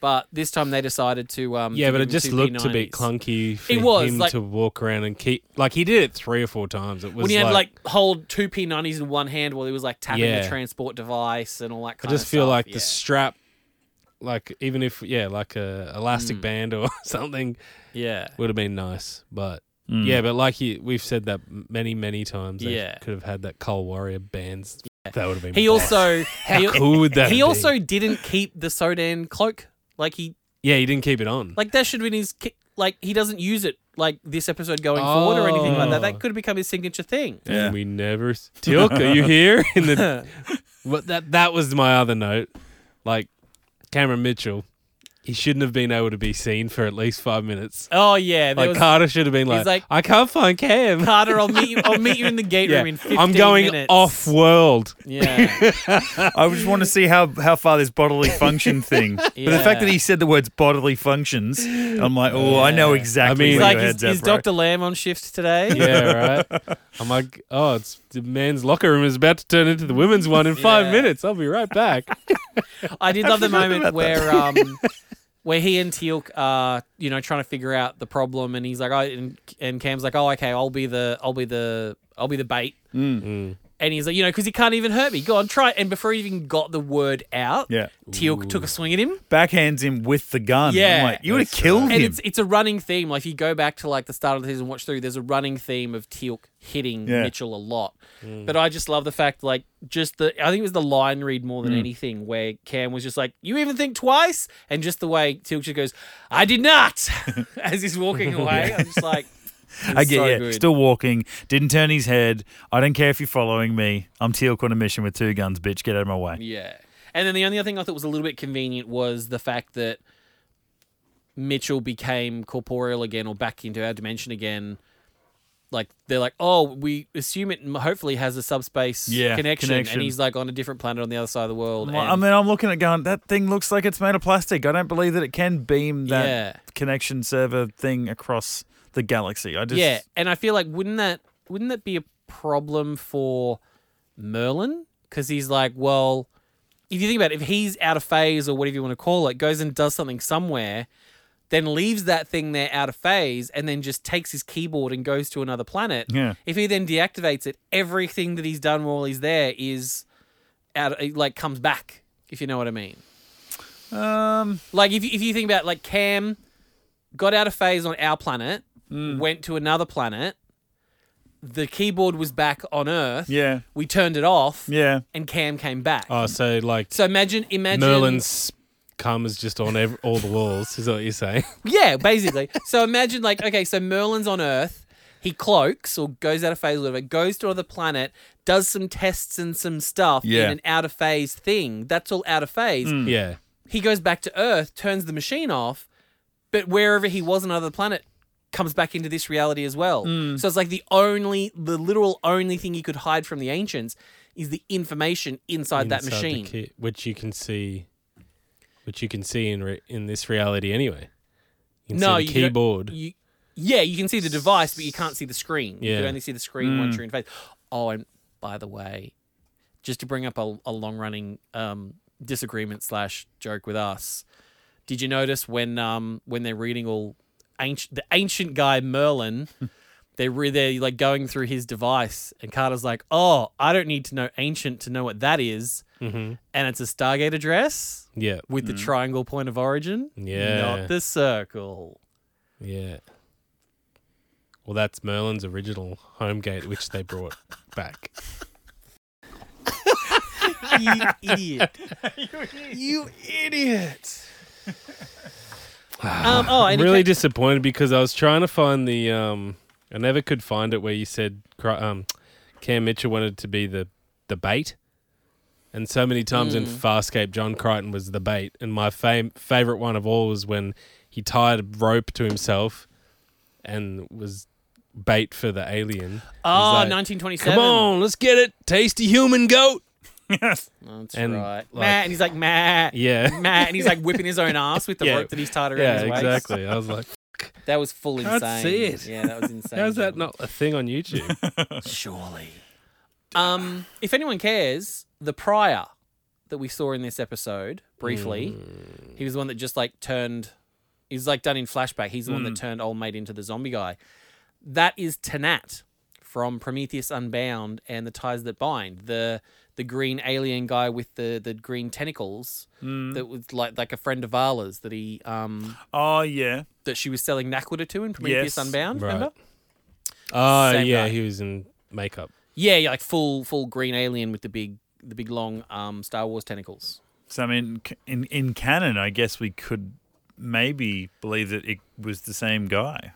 C: But this time they decided to. Um,
B: Mm. Yeah,
C: to
B: but
C: give
B: it
C: him
B: just
C: two
B: looked a bit
C: P90s.
B: clunky for
C: It was,
B: him
C: like-
B: to walk around and keep. Like he did it three or four times. It was
C: When he had
B: like
C: like hold two P90s in one hand while he was like tapping the
B: Yeah.
C: transport device and all that
B: I
C: kind of
B: just feel
C: stuff.
B: like
C: yeah.
B: the strap, like even if yeah, like a
C: Hmm.
B: elastic band or something
C: Yeah.
B: would have been nice, but yeah, but like you, we've said that m- many many times. They
C: Yeah.
B: could have had that Cole Warrior bands. That would have been.
C: He
B: boss.
C: also. he,
B: cool would that
C: He
B: be?
C: also didn't keep the Sodan cloak. Like he.
B: yeah, he didn't keep it on.
C: Like that should have been his. ki- Like he doesn't use it like this episode going forward or anything like that.
B: Oh.
C: That could have become his signature thing.
A: Yeah.
B: And we never. s- Tilk, are you here? In the what that that was my other note. Like Cameron Mitchell, he shouldn't have been able to be seen for at least five minutes.
C: Oh yeah, there
B: Like
C: was-
B: Carter should have been like,
C: like-
B: I can't find Cam.
C: Carter, I'll meet you. I'll meet you in the gate room in 15
B: I'm going
C: minutes.
B: off world.
C: Yeah,
A: I just want to see how, how far this bodily function thing. But the fact that
C: Yeah.
A: he said the words bodily functions, I'm like, oh, I know exactly
B: I mean-
C: he's
A: where
C: like,
A: your
C: is,
A: head's at,
C: is
A: bro."
C: Doctor Lamb on shift today?
B: Yeah, right. I'm like, oh, it's the man's locker room is about to turn into the women's one in five
C: Yeah.
B: minutes. I'll be right back.
C: I did love the moment where um, where he and Teal'c are you know trying to figure out the problem, and he's like, oh, and, and Cam's like, oh, okay, I'll be the, I'll be the, I'll be the bait. And he's like, you know, because he can't even hurt me. Go on, try. it. And before he even got the word out,
A: Yeah.
C: Teal'c took a swing at him.
A: Backhands him with the gun. I'm
C: Yeah.
A: like, you would have killed
C: And
A: him.
C: it's it's a running theme. Like if you go back to like the start of the season, watch through. There's a running theme of Teal'c hitting
A: Yeah.
C: Mitchell a lot. But I just love the fact, like just the I think it was the line read more
A: Mm.
C: than anything, where Cam was just like, "You even think twice," and just the way Teal'c just goes, "I did not," as he's walking away. I'm just like,
A: I get
C: so
A: yeah,
C: good.
A: still walking, didn't turn his head. I don't care if you're following me. I'm Teal'c on a mission with two guns, bitch. Get out of my way.
C: yeah. And then the only other thing I thought was a little bit convenient was the fact that Mitchell became corporeal again or back into our dimension again. Like they're like, oh, we assume it m- hopefully has a subspace
A: Yeah,
C: connection,
A: connection.
C: and he's like on a different planet on the other side of the world.
A: Well, I
C: and-
A: mean, I'm looking at going. That thing looks like it's made of plastic. I don't believe that it can beam that
C: Yeah.
A: connection server thing across the galaxy. I just
C: yeah, and I feel like wouldn't that wouldn't that be a problem for Merlin? Because he's like, well, if you think about it, if he's out of phase or whatever you want to call it, goes and does something somewhere, then leaves that thing there out of phase, and then just takes his keyboard and goes to another planet.
A: Yeah.
C: If he then deactivates it, everything that he's done while he's there is out it, like comes back. If you know what I mean.
A: Um,
C: Like if you, if you think about like Cam got out of phase on our planet,
A: Mm.
C: went to another planet. The keyboard was back on Earth.
A: yeah,
C: We turned it off.
A: yeah.
C: And Cam came back.
B: Oh, so like
C: so imagine, imagine
B: Merlin's cum is just on ev all the walls. Is that what you're saying?
C: Yeah, basically. so imagine like okay, so Merlin's on Earth. He cloaks or goes out of phase or whatever, goes to another planet, does some tests and some stuff
A: Yeah. Mm.
C: in an out of phase thing. That's all out of phase.
B: yeah.
C: he goes back to Earth, turns the machine off, but wherever he was on another planet comes back into this reality as well. So it's like the only, the literal only thing you could hide from the ancients is the information inside, that
B: inside the
C: machine.
B: kit, which you can see, which you can see in re- in this reality anyway. You can
C: no,
B: see
C: you
B: the
C: don't-
B: keyboard.
C: You, yeah, you can see the device, but you can't see the screen. You can
B: Yeah. Hmm.
C: only see the screen once you're in phase. Oh, and by the way, just to bring up a, a long running um, disagreement slash joke with us, did you notice when um, when they're reading all ancient the ancient guy Merlin? They re- they're like going through his device, and Carter's like, "Oh, I don't need to know ancient to know what that is."
B: Mm-hmm.
C: and it's a Stargate address
B: yeah,
C: with the triangle point of origin,
B: Mm-hmm. Yeah.
C: not the circle.
B: yeah. Well, that's Merlin's original home gate, which they brought back.
C: you idiot. you idiot. um, oh,
B: I'm
C: and
B: really
C: really did.
B: disappointed because I was trying to find the. Um, I never could find it where you said Cri- um, Cam Mitchell wanted to be the the bait, and so many times
C: Hmm.
B: in Farscape, John Crichton was the bait, and my fam- favorite one of all was when he tied a rope to himself, and was bait for the alien. He's
C: Oh,
B: like,
C: 1927.
B: Come on, let's get it, tasty human goat.
C: Oh, That's
B: And,
C: right.
B: like-
C: Matt, and he's like, Matt.
B: Yeah.
C: Matt, and he's like whipping his own ass with the
B: Yeah.
C: rope that he's tied around
B: Yeah,
C: his waist.
B: exactly. I was like,
C: That was full
B: Can't
C: insane.
B: see it.
C: Yeah, that was insane.
B: how's that
C: gentlemen.
B: not a thing on YouTube?
C: Surely. Um, if anyone cares, the prior that we saw in this episode briefly, he was the one that just like turned. He's like done in flashback. He's the one that turned old mate into the zombie guy. That is Tanat from Prometheus Unbound and the Ties That Bind. The the green alien guy with the the green tentacles that was like like a friend of Vala's that he um
A: Oh yeah,
C: that she was selling Nakwita to in Prometheus
A: Yes.
C: Unbound.
B: Right.
C: Remember?
B: Oh,
C: Same
B: yeah,
C: guy.
B: he was in makeup.
C: Yeah, yeah, like full full green alien with the big the big long um Star Wars tentacles.
A: so I mean, c- in in canon, I guess we could maybe believe that it was the same guy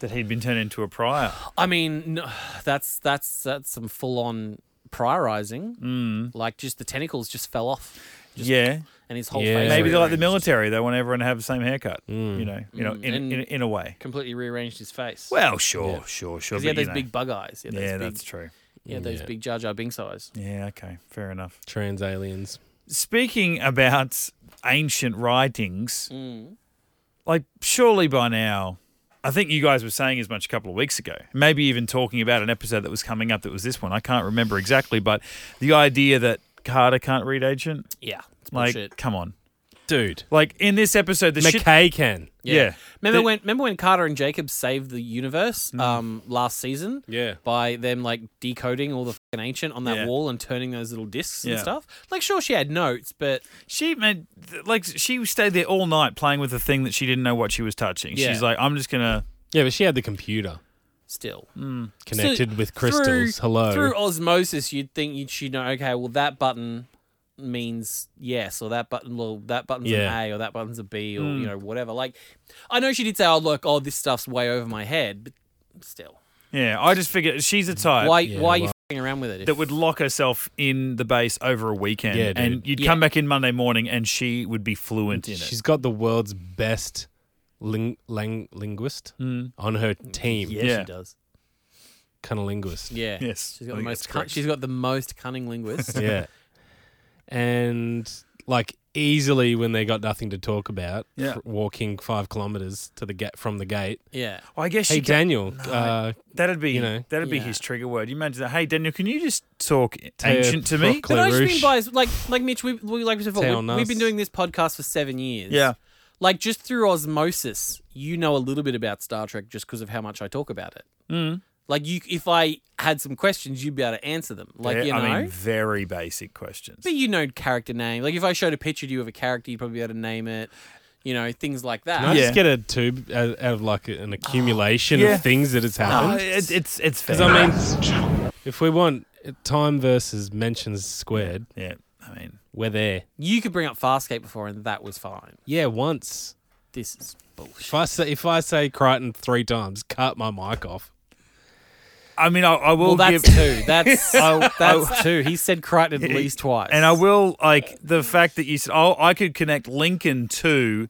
A: that he'd been turned into a prior.
C: I mean, no, that's that's that's some full on priorizing. Mm. Like just the tentacles just fell off
A: yeah,
C: and his whole
B: Yeah.
C: face
A: maybe they're like the
C: rearranged.
A: military; they want everyone to have the same haircut. You know, you know, in,
C: and-
A: in, in a way.
C: completely rearranged his face.
A: Mm, Well, sure, sure, sure.
C: because he had
A: but, you
C: those
A: know.
C: big bug eyes. He had those
A: yeah,
C: big,
A: that's true.
C: Yeah, those
B: Yeah.
C: big Jar Jar Binks eyes.
A: Yeah, okay, fair enough.
B: Trans aliens.
A: Speaking about ancient writings,
C: Mm.
A: like surely by now, I think you guys were saying as much a couple of weeks ago, maybe even talking about an episode that was coming up that was this one. I can't remember exactly, but the idea that Carter can't read ancient,
C: Yeah, it's
A: like,
C: bullshit.
A: come on.
B: Dude.
A: Like in this episode, the shit.
B: McKay can.
A: Yeah.
C: Remember
A: The- Mm.
C: when remember when Carter and Jacob saved the universe um last season?
B: Yeah.
C: By them like decoding all the fucking ancient on that
A: Yeah.
C: wall and turning those little discs and
A: Yeah.
C: stuff. Like sure she had notes, but
A: She made like she stayed there all night playing with the thing that she didn't know what she was touching.
C: Yeah.
A: She's like, I'm just gonna.
B: Yeah, but she had the computer
C: still.
B: connected
C: So
B: with
C: through-
B: crystals. Hello.
C: Through osmosis you'd think you'd she'd know, okay, well that button means yes or that button well that button's
B: Yeah. Hmm.
C: an A or that button's a B or you know, whatever. Like I know she did say, Oh look, oh this stuff's way over my head, but still.
A: Yeah, I just figured she's a type.
C: Why
B: yeah,
C: why are you
B: well-
C: fing around with it?
A: that would lock herself in the base over a weekend.
B: Yeah, dude.
A: and you'd
C: Yeah.
A: come back in Monday morning and she would be fluent in it.
B: She's got the world's best ling- lang- linguist on her team.
C: yeah,
A: yeah.
C: she does.
B: Kind of linguist.
C: Yeah.
A: Yes,
C: She's got
A: I think
C: the
A: that's
C: most. Cun-
A: correct.
C: she's got the most cunning linguist.
B: Yeah. and like easily when they got nothing to talk about,
A: Yeah.
B: fr- walking five kilometers to the gate from the gate.
C: yeah.
A: I guess
B: Hey
A: she can,
B: Daniel, uh,
A: that'd be
B: you know.
A: that'd be
C: Yeah.
A: his trigger word. You imagine that? Hey Daniel, can you just talk ancient to me?
B: Procl-
C: But I just mean
B: Rouge.
C: by like like Mitch, we, we like we said before,
B: Tell
C: we, we've been
B: us.
C: doing this podcast for seven years.
A: Yeah.
C: Like just through osmosis, you know a little bit about Star Trek just because of how much I talk about it. Mm. Like you, if I had some questions, you'd be able to answer them. Like
A: Yeah,
C: you know.
A: I mean, very basic questions.
C: but you know character name. Like if I showed a picture to you of a character, you'd probably be able to name it. You know things like that.
B: can I
A: Yeah.
B: just get a tube out, out of like an accumulation
A: Yeah.
B: of things that has
A: No,
B: happened?
A: Uh, it, it's it's fair.
B: Because I mean, if we want time versus mentions squared,
A: yeah, I mean,
B: we're there.
C: You could bring up Farscape before, and that was fine.
B: Yeah, once.
C: This is bullshit.
B: If I say if I say Crichton three times, cut my mic off.
A: I mean, I, I will
C: Well,
A: give.
C: that's two. That's that's two. He said Crichton at least twice.
A: And I will like the fact that you said, "Oh, I could connect Lincoln to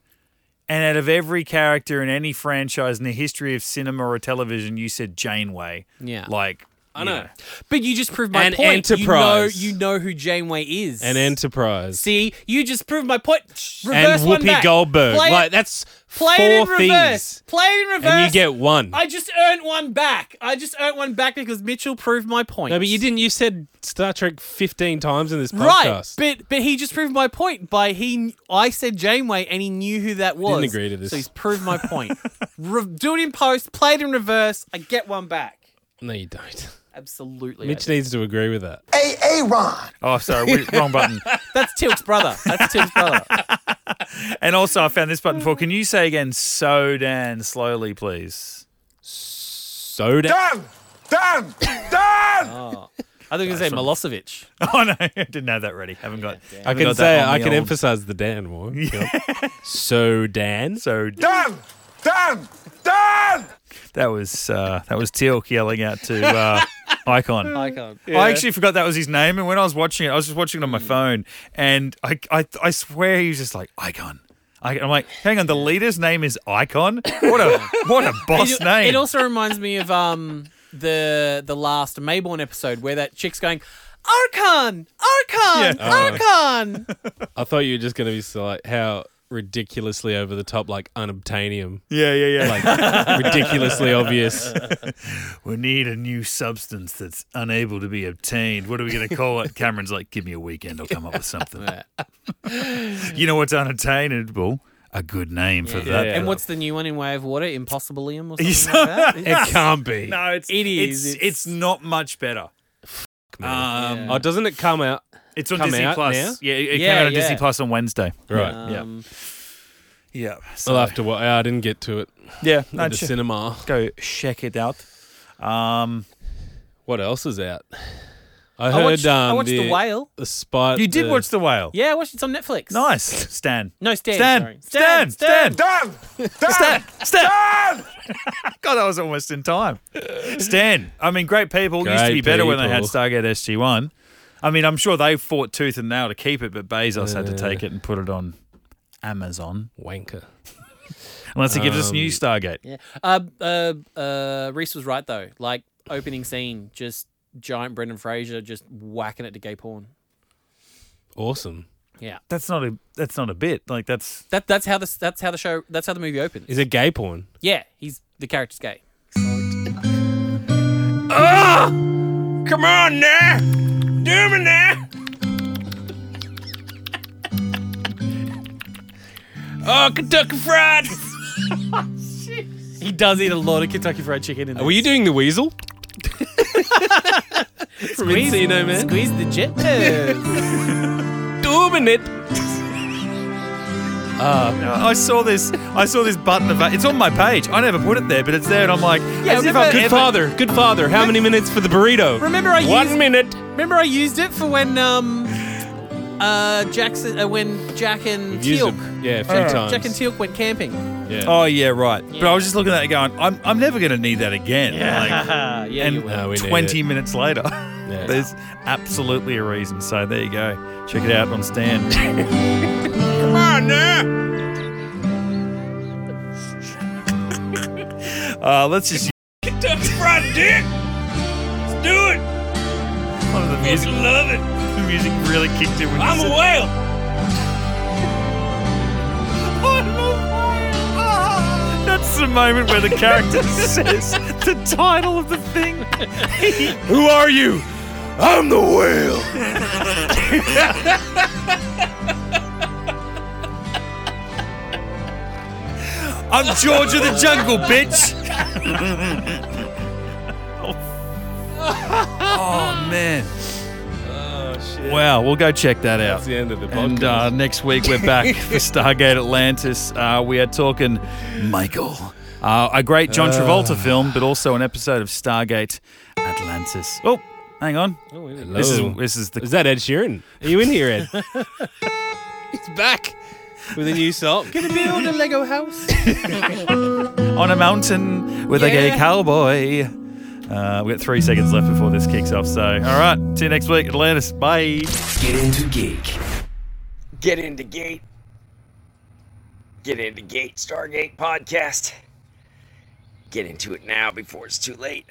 A: And out of every character in any franchise in the history of cinema or television, you said Janeway.
C: Yeah.
A: Like,
B: I
A: you
B: know.
C: But you just proved my
B: And
C: point.
B: Enterprise.
C: You know, you know who Janeway is.
B: And Enterprise.
C: See, you just proved my point.
B: and
C: Reverse one
B: Whoopi
C: back.
B: Goldberg.
C: Play it-
B: like that's
C: play
B: four
C: it in reverse.
B: things,
C: Play it in reverse.
B: and you get one.
C: I just earned one back. I just earned one back because Mitchell proved my point.
B: no, but you didn't. You said Star Trek fifteen times in this
C: Right,
B: podcast.
C: but but he just proved my point by he. I said Janeway, and he knew who that was.
B: agree to this.
C: so he's proved my point. Re- do it in post, play it in reverse. I get one back.
B: no, you don't.
C: Absolutely, I
B: Mitch
C: do.
B: needs to agree with that.
A: Oh, sorry, we, wrong button.
C: that's Tilt's brother. That's Tilt's brother.
A: And also, I found this button for. Can you say again, so Dan, slowly, please?
B: Soda.
C: I think you say Milosevic.
A: Oh, no, I didn't have that ready. Haven't got.
B: I
A: haven't
B: can
A: got
B: say
A: that on
B: I
A: the
B: can
A: old-
B: emphasize the Dan more. Yep. So Dan.
A: So Dan, Dan, Dan. That was uh, that was Teal'c yelling out to uh, Icon.
C: Icon.
A: I actually forgot that was his name, and when I was watching it, I was just watching it on my phone, and I I, I swear he was just like Icon. I, I'm like, hang on, the leader's name is Icon. What a what a boss
C: It-
A: name.
C: It also reminds me of um the the last Mayborn episode where that chick's going Archon, Archon,
B: Oh.
A: Yeah.
C: Archon.
B: I thought you were just gonna be so like how ridiculously over the top, like unobtainium,
A: yeah, yeah, yeah.
B: like ridiculously obvious.
A: we need a new substance that's unable to be obtained. What are we going to call it? Cameron's like, give me a weekend. I'll come up with something. you know what's unattainable? A good name for that.
B: Yeah.
C: And what's the new one in Way of Water? Impossibilium or something like that?
B: It can't be.
A: No, it's,
C: It is,
A: It's,
C: it's-
A: it's not much better. Um,
B: Oh, doesn't it come out?
A: It's on
B: Come
A: Disney
B: out
A: Plus.
B: now?
A: Yeah, it it
C: Yeah,
A: came out on
C: yeah.
A: Disney Plus on Wednesday.
B: Right.
C: Um,
A: Yeah. So,
B: I'll have to. wa- I didn't get to it.
A: yeah, no,
B: at the
A: ch-
B: cinema.
A: go check it out. Um,
B: What else is out? I heard.
C: I watched,
B: um,
C: I watched the, Whale.
B: The spite.
A: you did
B: the,
A: watch The Whale.
C: Yeah, I watched it. It's on Netflix.
A: Nice, Stan.
C: No, Stan.
A: Stan.
C: sorry.
A: Stan. Stan.
C: Stan.
A: Stan. Stan. Stan. God, that was almost in time. Stan. I mean, great people used to
B: Great
A: be better when they had
B: people.
A: Stargate SG One. I mean, I'm sure they fought tooth and nail to keep it, but Bezos had to
B: Yeah.
A: take it and put it on Amazon,
B: Wanker.
A: unless he gives us
B: Um,
A: new Stargate.
C: Yeah. Uh, uh, uh, Reese was right though. Like opening scene, just giant Brendan Fraser just whacking it to gay porn.
B: Awesome.
C: Yeah.
A: That's not a. That's not a bit. Like that's.
C: That that's how this that's how the show that's how the movie opens.
B: Is it gay porn?
C: Yeah, he's the character's gay.
B: Come on now, do me now. Oh, Kentucky Fried.
C: He does eat a lot of Kentucky Fried Chicken in
B: Were you doing the weasel? From Encino Man.
C: Squeeze the jet.
B: Doing it.
A: I saw this. I saw this button. Of, it's on my page. I never put it there, but it's there, and I'm like, as if
C: remember-
A: I'm
B: Good
A: ever-
B: father, good father. How many minutes for the burrito?
C: Remember I
B: one
C: used-
B: minute.
C: Remember, I used it for when um uh Jackson uh, when Jack and
B: Used
C: Teal'c Uh,
B: them, yeah, a few times.
C: Jack and Teal'c went camping. Uh,
B: yeah.
A: Oh yeah, right. But I was just looking at it going, I'm, I'm never going to need that again. Like,
C: Uh, yeah,
A: and
C: you were.
B: No, we need
A: 20
B: it.
A: minutes later, there's absolutely a reason. So there you go. Check it out on Stan.
B: Come on now.
A: uh, let's just
B: Kentucky Fried Dick. Let's do it.
A: love the music.
B: Love it.
A: The music really kicked in when you said-
B: whale.
A: That's the moment where the character says the title of the thing.
B: Who are you? I'm the whale.
A: I'm George of the Jungle, bitch. oh man.
B: Oh shit.
A: Wow, we'll go check that out.
B: That's the end of the podcast.
A: And uh, next week we're back for Stargate Atlantis. Uh, we are talking Michael, uh, a great John Travolta film, but also an episode of Stargate Atlantis. Oh, hang on,
B: Hello.
A: uh, this is this is
B: Is
A: the
B: that Ed Sheeran? Are you in here, Ed? He's back with a new song.
C: build a Oh, Lego house.
A: on a mountain with a gay
C: Yeah.
A: cowboy. Uh, we got three seconds left before this kicks off. So, all right, see you next week, Atlantis. Bye.
H: Get into geek. Get into geek. Get into Gate Stargate podcast. Get into it now before it's too late.